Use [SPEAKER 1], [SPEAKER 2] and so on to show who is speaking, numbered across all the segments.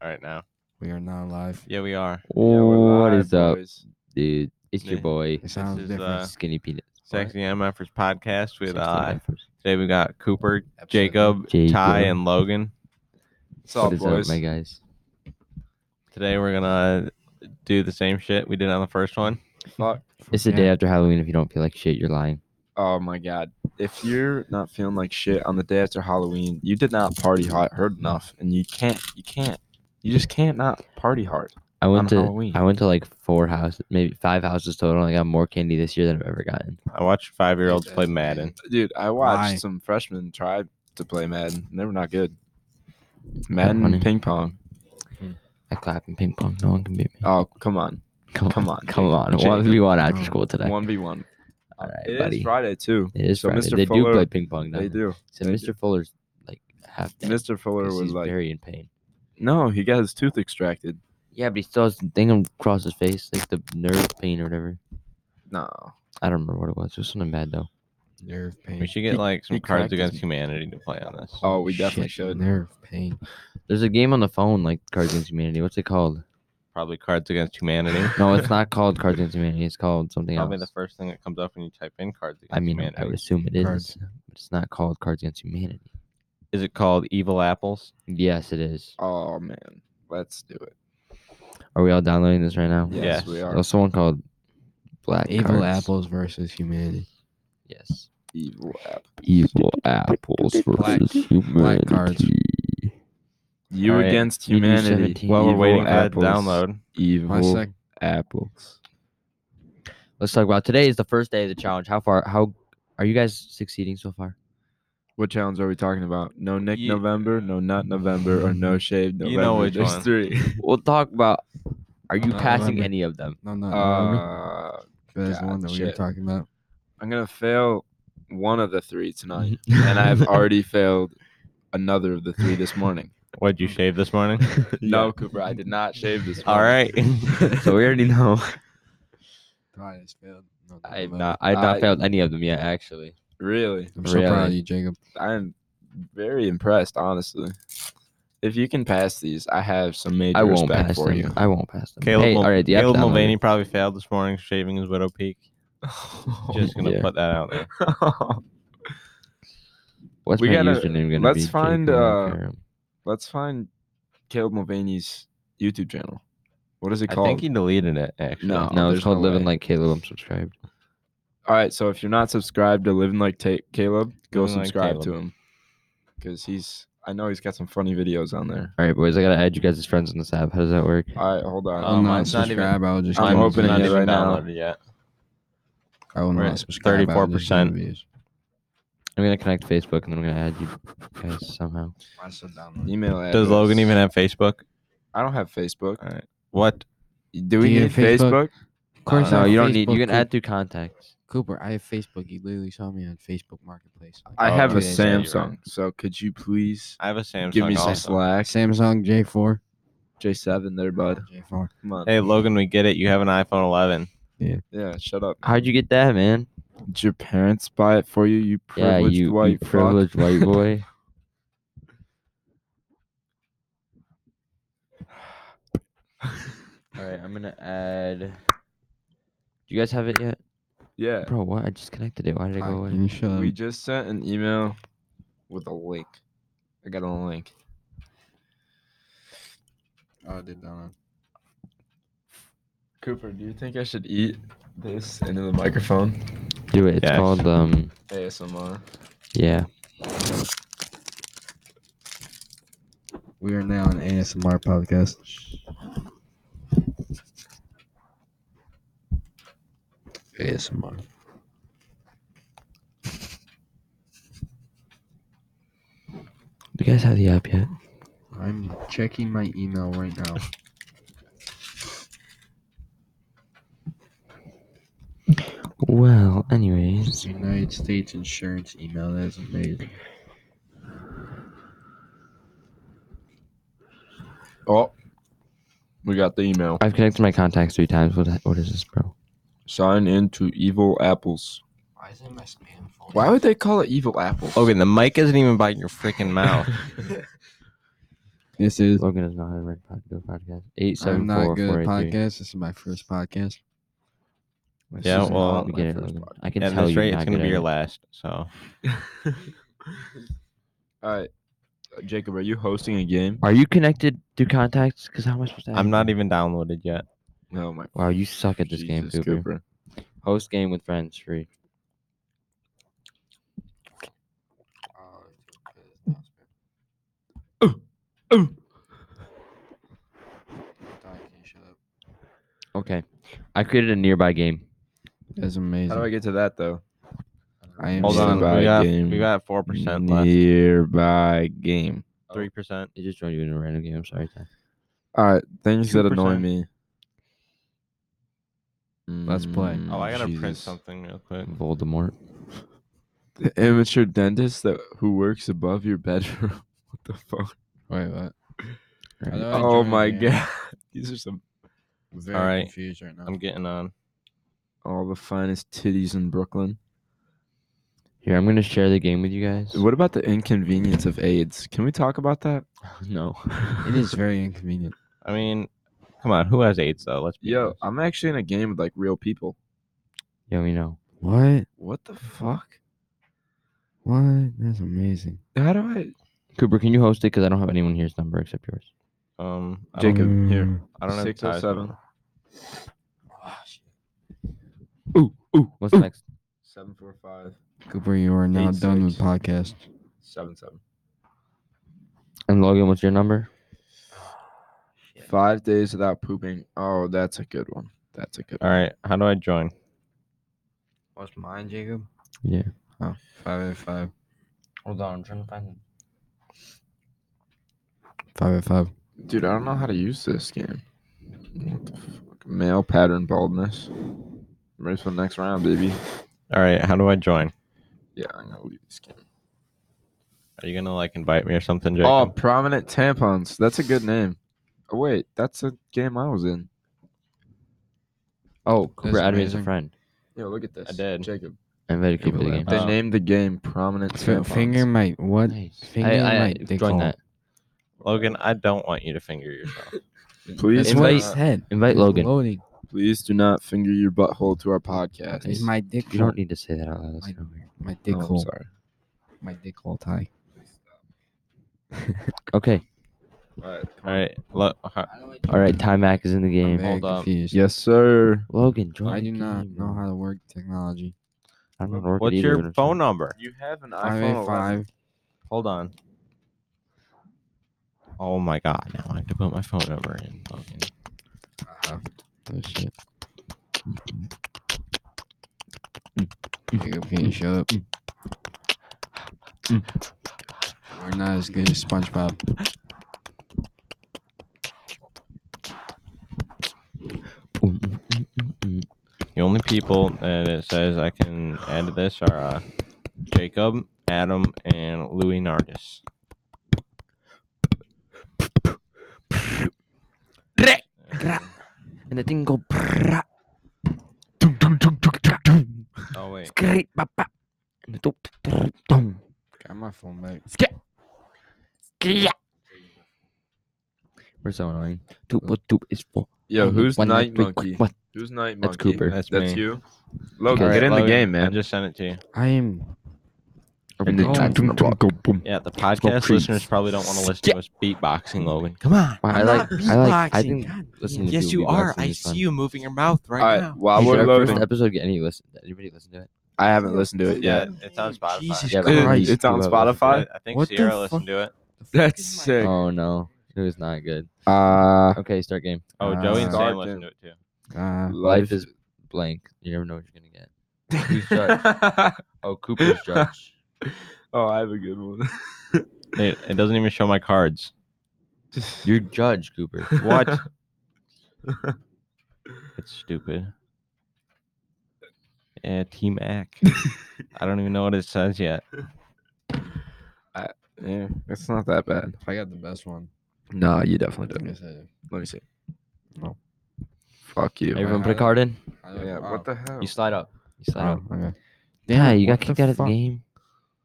[SPEAKER 1] All right now.
[SPEAKER 2] We are now live.
[SPEAKER 1] Yeah, we are.
[SPEAKER 3] What is up,
[SPEAKER 1] Boys.
[SPEAKER 3] dude? It's your
[SPEAKER 1] Yeah.
[SPEAKER 3] boy,
[SPEAKER 2] It sounds
[SPEAKER 1] is,
[SPEAKER 2] different.
[SPEAKER 1] uh,
[SPEAKER 3] Skinny Peanut.
[SPEAKER 1] Sexy MFers podcast with
[SPEAKER 3] Sexy
[SPEAKER 1] uh
[SPEAKER 3] rappers.
[SPEAKER 1] today we got Cooper,
[SPEAKER 2] Episode
[SPEAKER 1] Jacob,
[SPEAKER 3] Jacob.
[SPEAKER 1] Ty, and Logan.
[SPEAKER 4] What's
[SPEAKER 3] What
[SPEAKER 4] up,
[SPEAKER 3] is
[SPEAKER 4] boys?
[SPEAKER 3] up, my guys?
[SPEAKER 1] Today we're gonna do the same shit we did on the first one.
[SPEAKER 4] Fuck.
[SPEAKER 3] It's the day after Halloween. If you don't feel like shit, you're lying.
[SPEAKER 4] Oh my god. If you're not feeling like shit on the day after Halloween, you did not party hard hard enough, and you can't. You can't. You just can't not party hard.
[SPEAKER 3] I went
[SPEAKER 4] On
[SPEAKER 3] to
[SPEAKER 4] Halloween.
[SPEAKER 3] I went to like four houses, maybe five houses total. and I got more candy this year than I've ever gotten.
[SPEAKER 1] I watched five year olds play Madden.
[SPEAKER 4] Dude, I watched
[SPEAKER 2] Why?
[SPEAKER 4] some freshmen try to play Madden. and They were not good.
[SPEAKER 3] funny.
[SPEAKER 4] Madden ping pong.
[SPEAKER 3] I clap and ping pong. No one can beat me.
[SPEAKER 4] Oh come on,
[SPEAKER 3] come,
[SPEAKER 4] come on,
[SPEAKER 3] come on.
[SPEAKER 4] Jacob.
[SPEAKER 3] One v one after
[SPEAKER 2] No.
[SPEAKER 3] school today.
[SPEAKER 4] one v one.
[SPEAKER 3] All right,
[SPEAKER 4] It is
[SPEAKER 3] buddy.
[SPEAKER 4] Friday too.
[SPEAKER 3] It is
[SPEAKER 4] So
[SPEAKER 3] Friday.
[SPEAKER 4] Mr.
[SPEAKER 3] They do
[SPEAKER 4] Fuller-
[SPEAKER 3] play ping pong.
[SPEAKER 4] They
[SPEAKER 3] down there.
[SPEAKER 4] do.
[SPEAKER 3] So
[SPEAKER 4] they
[SPEAKER 3] Mr. Fuller's like half dead.
[SPEAKER 4] Mr. Fuller
[SPEAKER 3] 'cause
[SPEAKER 4] was
[SPEAKER 3] he's
[SPEAKER 4] like,
[SPEAKER 3] very in pain.
[SPEAKER 4] no, he got his tooth extracted.
[SPEAKER 3] Yeah, but he still has the thing across his face, like the nerve pain or whatever.
[SPEAKER 4] No,
[SPEAKER 3] I don't remember what it was. It was something bad though.
[SPEAKER 2] Nerve pain.
[SPEAKER 1] We should get like some
[SPEAKER 4] he
[SPEAKER 1] cards
[SPEAKER 4] cracked his-
[SPEAKER 1] against humanity to play on this.
[SPEAKER 4] oh, we definitely
[SPEAKER 2] Shit,
[SPEAKER 4] should.
[SPEAKER 2] Nerve pain.
[SPEAKER 3] There's a game on the phone like Cards Against Humanity. What's it called?
[SPEAKER 1] Probably cards against humanity.
[SPEAKER 3] No, it's not called Cards Against Humanity. It's called something
[SPEAKER 1] Probably the
[SPEAKER 3] else.
[SPEAKER 1] first thing that comes up when you type in cards against
[SPEAKER 3] I mean, I
[SPEAKER 1] humanity.
[SPEAKER 3] would assume it is,
[SPEAKER 2] Cards.
[SPEAKER 3] but it's not called Cards Against Humanity.
[SPEAKER 1] Is it called Evil Apples?
[SPEAKER 3] Yes, it is.
[SPEAKER 4] Oh man, let's do it.
[SPEAKER 3] Are we all downloading this right now?
[SPEAKER 4] Yes,
[SPEAKER 1] Yes.
[SPEAKER 4] we are.
[SPEAKER 3] There's someone called Black
[SPEAKER 2] Evil
[SPEAKER 3] Cards.
[SPEAKER 2] apples versus humanity.
[SPEAKER 3] Yes.
[SPEAKER 4] Evil app.
[SPEAKER 3] Evil apples
[SPEAKER 2] Black-
[SPEAKER 3] versus
[SPEAKER 2] black cards.
[SPEAKER 3] humanity.
[SPEAKER 4] You
[SPEAKER 1] Alright,
[SPEAKER 4] against
[SPEAKER 3] you do
[SPEAKER 4] humanity.
[SPEAKER 3] 17.
[SPEAKER 1] While we're
[SPEAKER 4] Evil
[SPEAKER 1] waiting for that to
[SPEAKER 4] apples.
[SPEAKER 1] download,
[SPEAKER 2] My
[SPEAKER 4] Evil
[SPEAKER 2] sec-
[SPEAKER 4] apples.
[SPEAKER 3] Let's talk about today is the first day of the challenge. How far? How are you guys succeeding so far?
[SPEAKER 4] What challenge are we talking about? No Nick
[SPEAKER 1] Ye-
[SPEAKER 4] November, no Nut November, or no Shave November.
[SPEAKER 1] You know which
[SPEAKER 4] There's
[SPEAKER 1] one.
[SPEAKER 4] three.
[SPEAKER 3] We'll talk about. Are you
[SPEAKER 2] Uh,
[SPEAKER 3] passing
[SPEAKER 2] remember-
[SPEAKER 3] any of them?
[SPEAKER 2] No, no. remember?
[SPEAKER 4] Uh,
[SPEAKER 2] There's one that we were
[SPEAKER 4] shit.
[SPEAKER 2] talking about.
[SPEAKER 4] I'm gonna fail one of the three tonight, and I've already failed another of the three this morning.
[SPEAKER 1] what'd you shave this morning?
[SPEAKER 4] No, Cooper, I did not shave this.
[SPEAKER 1] All
[SPEAKER 4] morning.
[SPEAKER 1] right.
[SPEAKER 3] so we already know.
[SPEAKER 2] Ty has failed. No, no,
[SPEAKER 3] I've
[SPEAKER 2] no.
[SPEAKER 3] not. I've not
[SPEAKER 4] I-
[SPEAKER 3] failed any of them yet, actually.
[SPEAKER 4] Really,
[SPEAKER 2] I'm so proud of
[SPEAKER 3] Really?
[SPEAKER 2] you, Jacob.
[SPEAKER 4] I'm very impressed, honestly. If you can pass these, I have some major
[SPEAKER 3] I won't
[SPEAKER 4] respect
[SPEAKER 3] pass
[SPEAKER 4] for
[SPEAKER 3] them.
[SPEAKER 4] you.
[SPEAKER 3] I won't pass them.
[SPEAKER 1] Caleb,
[SPEAKER 3] hey,
[SPEAKER 1] Mul-
[SPEAKER 3] all right, the app's
[SPEAKER 1] Caleb
[SPEAKER 3] downloaded.
[SPEAKER 1] Mulvaney probably failed this morning shaving his widow peak. Just gonna
[SPEAKER 3] Yeah.
[SPEAKER 1] put that out there.
[SPEAKER 3] What's
[SPEAKER 4] We
[SPEAKER 3] my
[SPEAKER 4] gotta-
[SPEAKER 3] username gonna
[SPEAKER 4] let's
[SPEAKER 3] be? Jake
[SPEAKER 4] find,
[SPEAKER 3] Owen
[SPEAKER 4] uh,
[SPEAKER 3] Karam.
[SPEAKER 4] Let's find Caleb Mulvaney's YouTube channel. What is it
[SPEAKER 1] I
[SPEAKER 4] called?
[SPEAKER 1] think he deleted it actually.
[SPEAKER 4] No.
[SPEAKER 3] no, it's
[SPEAKER 4] oh, there's
[SPEAKER 3] called
[SPEAKER 4] no
[SPEAKER 3] Living
[SPEAKER 4] way.
[SPEAKER 3] Like Caleb. I'm subscribed.
[SPEAKER 4] All right, so if you're not subscribed to Living Like Ta- Caleb, go
[SPEAKER 1] Living Like
[SPEAKER 4] subscribe to
[SPEAKER 1] Caleb.
[SPEAKER 4] him because he's. I know he's got some funny videos on there.
[SPEAKER 3] All right, boys, I gotta add you guys as friends on this app. How does that work?
[SPEAKER 4] All right, hold on.
[SPEAKER 1] Oh,
[SPEAKER 2] I'm not
[SPEAKER 1] mine's not even-
[SPEAKER 2] subscribed. I will just.
[SPEAKER 4] I'm
[SPEAKER 2] give
[SPEAKER 1] Mine's
[SPEAKER 4] opening
[SPEAKER 1] not
[SPEAKER 4] it
[SPEAKER 2] views.
[SPEAKER 4] right
[SPEAKER 1] even
[SPEAKER 4] now.
[SPEAKER 1] downloaded yet.
[SPEAKER 2] I will
[SPEAKER 1] We're
[SPEAKER 2] not
[SPEAKER 1] at
[SPEAKER 2] subscribe. I will just give
[SPEAKER 1] 34%.
[SPEAKER 2] views.
[SPEAKER 3] I'm gonna connect to Facebook and I'm gonna add you guys somehow.
[SPEAKER 2] I said download.
[SPEAKER 4] Email.
[SPEAKER 1] Does Logan even have Facebook?
[SPEAKER 4] I don't have Facebook.
[SPEAKER 1] All right. What?
[SPEAKER 4] Do we
[SPEAKER 2] you have
[SPEAKER 4] need
[SPEAKER 2] Facebook?
[SPEAKER 4] Facebook?
[SPEAKER 2] Of course,
[SPEAKER 3] No,
[SPEAKER 2] I have
[SPEAKER 3] you don't need. You
[SPEAKER 2] Facebook,
[SPEAKER 3] can
[SPEAKER 2] Coop-
[SPEAKER 3] add through contacts.
[SPEAKER 2] Cooper. I have Facebook. You literally saw me on Facebook Marketplace.
[SPEAKER 4] I
[SPEAKER 1] Oh,
[SPEAKER 4] have a
[SPEAKER 1] okay, so you're right.
[SPEAKER 4] Samsung. So could you please
[SPEAKER 1] I have a Samsung.
[SPEAKER 4] give me some
[SPEAKER 1] also.
[SPEAKER 4] slack?
[SPEAKER 2] Samsung J4.
[SPEAKER 4] J7 there, bud.
[SPEAKER 2] J4.
[SPEAKER 4] Come on.
[SPEAKER 1] Hey Logan, we get it. You have an iPhone 11.
[SPEAKER 4] Yeah, shut up.
[SPEAKER 3] How'd you get that, man?
[SPEAKER 4] Did your parents buy it for you? You
[SPEAKER 3] Yeah,
[SPEAKER 4] privileged
[SPEAKER 3] you, you
[SPEAKER 4] white fuck?
[SPEAKER 3] privileged white boy. All right, I'm gonna add. Do you guys have it yet,
[SPEAKER 4] Yeah.
[SPEAKER 3] bro? What? I just connected it. Why did it
[SPEAKER 2] Ty,
[SPEAKER 3] go away?
[SPEAKER 2] Can you shut up?
[SPEAKER 4] We just sent an email with a link. I got a link.
[SPEAKER 2] Oh, I did download.
[SPEAKER 4] Cooper, do you think I should eat this into the microphone?
[SPEAKER 3] Do it. It's
[SPEAKER 1] Yeah.
[SPEAKER 3] called um.
[SPEAKER 4] ASMR.
[SPEAKER 3] Yeah.
[SPEAKER 2] We are now an ASMR podcast. ASMR.
[SPEAKER 3] Do you guys have the app yet?
[SPEAKER 2] I'm checking my email right now.
[SPEAKER 3] Well, anyways,
[SPEAKER 2] United States insurance email. That's amazing.
[SPEAKER 4] Oh, we got the email.
[SPEAKER 3] I've connected my contacts three times. What? What is this, bro?
[SPEAKER 4] Sign in to Evil Apples.
[SPEAKER 2] Why is it my spam folder?
[SPEAKER 4] Why would they call it Evil Apples?
[SPEAKER 1] Logan, the mic isn't even by your freaking mouth.
[SPEAKER 2] This is
[SPEAKER 3] Logan does not have a red pod- good podcast. Eight
[SPEAKER 2] I'm
[SPEAKER 3] seven
[SPEAKER 2] not
[SPEAKER 3] four
[SPEAKER 2] good
[SPEAKER 3] four
[SPEAKER 2] at
[SPEAKER 3] eight three.
[SPEAKER 2] podcasts. This is my first podcast. My
[SPEAKER 1] Yeah,
[SPEAKER 2] sister-
[SPEAKER 1] well,
[SPEAKER 2] my
[SPEAKER 3] We get it,
[SPEAKER 2] first
[SPEAKER 3] Logan.
[SPEAKER 2] pod-
[SPEAKER 3] I can
[SPEAKER 1] At
[SPEAKER 3] tell
[SPEAKER 1] this
[SPEAKER 3] you.
[SPEAKER 1] rate, it's gonna be your last. So
[SPEAKER 4] All right, Uh, Jacob, are you hosting a game?
[SPEAKER 3] Are you connected through contacts? Because how am I supposed to? ask
[SPEAKER 1] I'm not
[SPEAKER 3] you?
[SPEAKER 1] even downloaded yet.
[SPEAKER 4] No, Oh my.
[SPEAKER 3] Wow, you suck at this game,
[SPEAKER 4] Jesus,
[SPEAKER 3] Cooper. Host game with friends free. Okay, I created a nearby game.
[SPEAKER 2] That's
[SPEAKER 4] How do I
[SPEAKER 2] amazing.
[SPEAKER 4] get to that though?
[SPEAKER 2] I am
[SPEAKER 1] Hold
[SPEAKER 2] so
[SPEAKER 1] on,
[SPEAKER 2] bad.
[SPEAKER 1] we got
[SPEAKER 4] game.
[SPEAKER 1] we got
[SPEAKER 4] Mm,
[SPEAKER 1] four percent left.
[SPEAKER 4] Nearby game.
[SPEAKER 1] Three percent.
[SPEAKER 3] It just joined you in a random game. I'm sorry. Ty.
[SPEAKER 4] All right, things that annoy
[SPEAKER 1] 2%.
[SPEAKER 4] me.
[SPEAKER 2] Let's play.
[SPEAKER 1] Oh, I gotta print
[SPEAKER 4] Mm, Jesus.
[SPEAKER 1] something real quick.
[SPEAKER 3] Voldemort.
[SPEAKER 4] The amateur dentist that who works above your bedroom. what the fuck?
[SPEAKER 2] Wait, what?
[SPEAKER 3] Right.
[SPEAKER 2] know I
[SPEAKER 4] Oh
[SPEAKER 2] joined
[SPEAKER 4] my
[SPEAKER 2] in.
[SPEAKER 4] god, these are some
[SPEAKER 2] I'm very
[SPEAKER 1] All right.
[SPEAKER 2] confused right now.
[SPEAKER 1] I'm getting on.
[SPEAKER 4] all the finest titties in Brooklyn.
[SPEAKER 3] Here, I'm gonna share the game with you guys.
[SPEAKER 4] What about the inconvenience of AIDS? Can we talk about that?
[SPEAKER 3] No.
[SPEAKER 2] It is very inconvenient.
[SPEAKER 1] I mean, come on, who has AIDS though? Let's be
[SPEAKER 4] Yo,
[SPEAKER 1] honest.
[SPEAKER 4] I'm actually in a game with like real people.
[SPEAKER 3] Yeah, we know.
[SPEAKER 2] What?
[SPEAKER 4] What the fuck?
[SPEAKER 2] What? That's amazing.
[SPEAKER 4] How do I?
[SPEAKER 3] Cooper, can you host it? Because I don't have anyone here's number except yours.
[SPEAKER 1] Um, I
[SPEAKER 4] Jacob,
[SPEAKER 1] don't,
[SPEAKER 4] here.
[SPEAKER 2] Mm.
[SPEAKER 1] I don't know.
[SPEAKER 4] Six oh seven.
[SPEAKER 3] Ooh, ooh. What's next?
[SPEAKER 4] Seven four five
[SPEAKER 2] Cooper, you are now
[SPEAKER 4] Eight,
[SPEAKER 2] done with
[SPEAKER 4] six.
[SPEAKER 2] podcast.
[SPEAKER 4] seven seven.
[SPEAKER 3] And Logan, what's your number?
[SPEAKER 4] Five days without pooping. Oh, that's a good one. That's a good
[SPEAKER 1] All right, how do I join?
[SPEAKER 2] What's mine, Jacob?
[SPEAKER 3] Yeah.
[SPEAKER 2] Oh, 585.
[SPEAKER 3] Hold on, I'm trying to find him.
[SPEAKER 2] 585.
[SPEAKER 4] one. Dude, I don't know how to use this game. What the fuck? Male pattern baldness. I'm ready for the next round, baby.
[SPEAKER 1] All right, how do I join?
[SPEAKER 4] Yeah, I'm gonna leave this game.
[SPEAKER 1] Are you gonna like invite me or something,
[SPEAKER 4] Oh,
[SPEAKER 1] Jacob?
[SPEAKER 4] prominent tampons. That's a good name. Oh wait, that's a game I was in.
[SPEAKER 3] Oh, Cooper
[SPEAKER 2] That's
[SPEAKER 3] added me as a
[SPEAKER 2] amazing.
[SPEAKER 3] friend.
[SPEAKER 4] Yo, look at this.
[SPEAKER 1] I did.
[SPEAKER 4] Jacob.
[SPEAKER 3] I invited
[SPEAKER 2] Yeah,
[SPEAKER 3] Cooper to the
[SPEAKER 2] but
[SPEAKER 3] game.
[SPEAKER 4] They
[SPEAKER 1] Oh.
[SPEAKER 4] named the game prominent
[SPEAKER 2] F-
[SPEAKER 4] tampons.
[SPEAKER 2] finger mate. What?
[SPEAKER 3] Nice.
[SPEAKER 2] Finger
[SPEAKER 3] I, I, I
[SPEAKER 2] mate. They
[SPEAKER 3] joined
[SPEAKER 2] call.
[SPEAKER 3] that.
[SPEAKER 1] Logan, I don't want you to finger yourself.
[SPEAKER 4] Please,
[SPEAKER 2] That's
[SPEAKER 4] do
[SPEAKER 2] what he
[SPEAKER 3] Invite-
[SPEAKER 4] not,
[SPEAKER 2] said.
[SPEAKER 3] Invite
[SPEAKER 2] It's
[SPEAKER 3] Logan.
[SPEAKER 2] Loading.
[SPEAKER 4] please do not finger your butthole to our podcast.
[SPEAKER 2] It's my dick.
[SPEAKER 3] You
[SPEAKER 2] hole.
[SPEAKER 3] don't need to say that out loud. That's
[SPEAKER 2] I-
[SPEAKER 3] not weird.
[SPEAKER 2] My
[SPEAKER 4] Oh,
[SPEAKER 2] dick
[SPEAKER 4] I'm
[SPEAKER 2] hole.
[SPEAKER 4] sorry.
[SPEAKER 2] My dick hole tie.
[SPEAKER 3] Okay.
[SPEAKER 4] All right, come
[SPEAKER 1] All
[SPEAKER 4] on.
[SPEAKER 1] right, look. how-
[SPEAKER 3] All right. Time Mac is in the
[SPEAKER 2] I'm
[SPEAKER 3] game.
[SPEAKER 2] very
[SPEAKER 1] hold up.
[SPEAKER 2] confused.
[SPEAKER 4] Yes, sir.
[SPEAKER 3] Logan, join.
[SPEAKER 2] I
[SPEAKER 3] the
[SPEAKER 2] do not
[SPEAKER 3] game,
[SPEAKER 2] know
[SPEAKER 3] bro.
[SPEAKER 2] how to work technology.
[SPEAKER 3] I don't know how to work it
[SPEAKER 1] What's
[SPEAKER 3] either,
[SPEAKER 1] your
[SPEAKER 3] but I'm
[SPEAKER 1] phone
[SPEAKER 3] trying.
[SPEAKER 1] number?
[SPEAKER 4] You have an
[SPEAKER 2] oh
[SPEAKER 4] iPhone. 11.
[SPEAKER 2] 585.
[SPEAKER 1] Hold on. Oh my god, now I have to put my phone number in. Logan.
[SPEAKER 2] Oh, shit. Jacob, can you shut up? We're not as good as SpongeBob.
[SPEAKER 3] Mm, mm, mm, mm, mm.
[SPEAKER 1] The only people that it says I can add to this are uh, Jacob, Adam, and Louis Nardis.
[SPEAKER 3] And the thing go.
[SPEAKER 1] Oh wait.
[SPEAKER 2] Got my phone back.
[SPEAKER 3] We're so annoying. Two plus two is four.
[SPEAKER 4] Yo,
[SPEAKER 3] Only
[SPEAKER 4] who's
[SPEAKER 3] one,
[SPEAKER 4] Night
[SPEAKER 3] three,
[SPEAKER 4] Monkey?
[SPEAKER 3] one.
[SPEAKER 4] Who's Night
[SPEAKER 3] That's
[SPEAKER 4] Monkey?
[SPEAKER 3] Cooper.
[SPEAKER 1] That's me.
[SPEAKER 4] you. Logan,
[SPEAKER 3] All
[SPEAKER 4] get
[SPEAKER 3] right,
[SPEAKER 4] in the
[SPEAKER 1] Logan,
[SPEAKER 4] game,
[SPEAKER 1] I
[SPEAKER 4] man.
[SPEAKER 1] just sent it to you.
[SPEAKER 2] I am.
[SPEAKER 4] And then
[SPEAKER 2] Oh.
[SPEAKER 4] tap from the block.
[SPEAKER 1] Yeah, the
[SPEAKER 3] go
[SPEAKER 1] podcast
[SPEAKER 3] creep.
[SPEAKER 1] listeners probably don't want to listen to us beatboxing, Logan. Come on.
[SPEAKER 3] Wow, I
[SPEAKER 2] I'm
[SPEAKER 3] like.
[SPEAKER 2] not
[SPEAKER 3] I like.
[SPEAKER 2] beatboxing,
[SPEAKER 3] I think.
[SPEAKER 2] God
[SPEAKER 3] Listen
[SPEAKER 2] damn.
[SPEAKER 3] to
[SPEAKER 1] Yes, you
[SPEAKER 3] beatboxing
[SPEAKER 1] are.
[SPEAKER 3] is
[SPEAKER 1] I
[SPEAKER 3] fun.
[SPEAKER 1] see you moving your mouth right
[SPEAKER 4] All right,
[SPEAKER 1] now.
[SPEAKER 4] while
[SPEAKER 3] Did
[SPEAKER 4] we're
[SPEAKER 3] our first
[SPEAKER 4] loading,
[SPEAKER 3] episode get any listen? Did anybody listen to it?
[SPEAKER 4] I haven't listened to it
[SPEAKER 1] Yeah,
[SPEAKER 4] yet.
[SPEAKER 1] it's on Spotify.
[SPEAKER 2] Jesus
[SPEAKER 3] Yeah, but
[SPEAKER 4] Dude,
[SPEAKER 2] Christ.
[SPEAKER 4] it's on
[SPEAKER 3] You haven't
[SPEAKER 4] Spotify.
[SPEAKER 1] I think
[SPEAKER 2] What the
[SPEAKER 1] Sierra
[SPEAKER 2] fuck?
[SPEAKER 1] listened to it.
[SPEAKER 2] The fuck
[SPEAKER 4] That's
[SPEAKER 2] is my-
[SPEAKER 4] sick.
[SPEAKER 3] Oh no, it was not good.
[SPEAKER 4] Uh,
[SPEAKER 3] Okay, start game.
[SPEAKER 1] Oh,
[SPEAKER 2] Uh,
[SPEAKER 1] Joey and Sam
[SPEAKER 4] Sergeant.
[SPEAKER 1] listened to it too.
[SPEAKER 2] Uh,
[SPEAKER 3] Life is blank. You never know what you're gonna get. Who's Oh, Cooper's judge.
[SPEAKER 4] oh, I have a good one.
[SPEAKER 1] It, it doesn't even show my cards.
[SPEAKER 3] You're judge, Cooper.
[SPEAKER 1] What? It's stupid. Yeah, Team Ack. I don't even know what it says yet.
[SPEAKER 4] yeah, it's not that bad.
[SPEAKER 2] I got the best one.
[SPEAKER 4] No, you definitely
[SPEAKER 2] Let me
[SPEAKER 4] didn't.
[SPEAKER 2] say.
[SPEAKER 4] Let me see.
[SPEAKER 2] No.
[SPEAKER 4] Fuck you.
[SPEAKER 3] Everyone put a card in.
[SPEAKER 2] I don't-
[SPEAKER 4] Yeah,
[SPEAKER 2] wow.
[SPEAKER 4] what the hell?
[SPEAKER 3] You slide up. You slide up.
[SPEAKER 2] Oh, okay.
[SPEAKER 3] Yeah, you
[SPEAKER 2] Oh. what
[SPEAKER 3] got
[SPEAKER 2] the
[SPEAKER 3] kicked out of the
[SPEAKER 2] fuck?
[SPEAKER 3] game.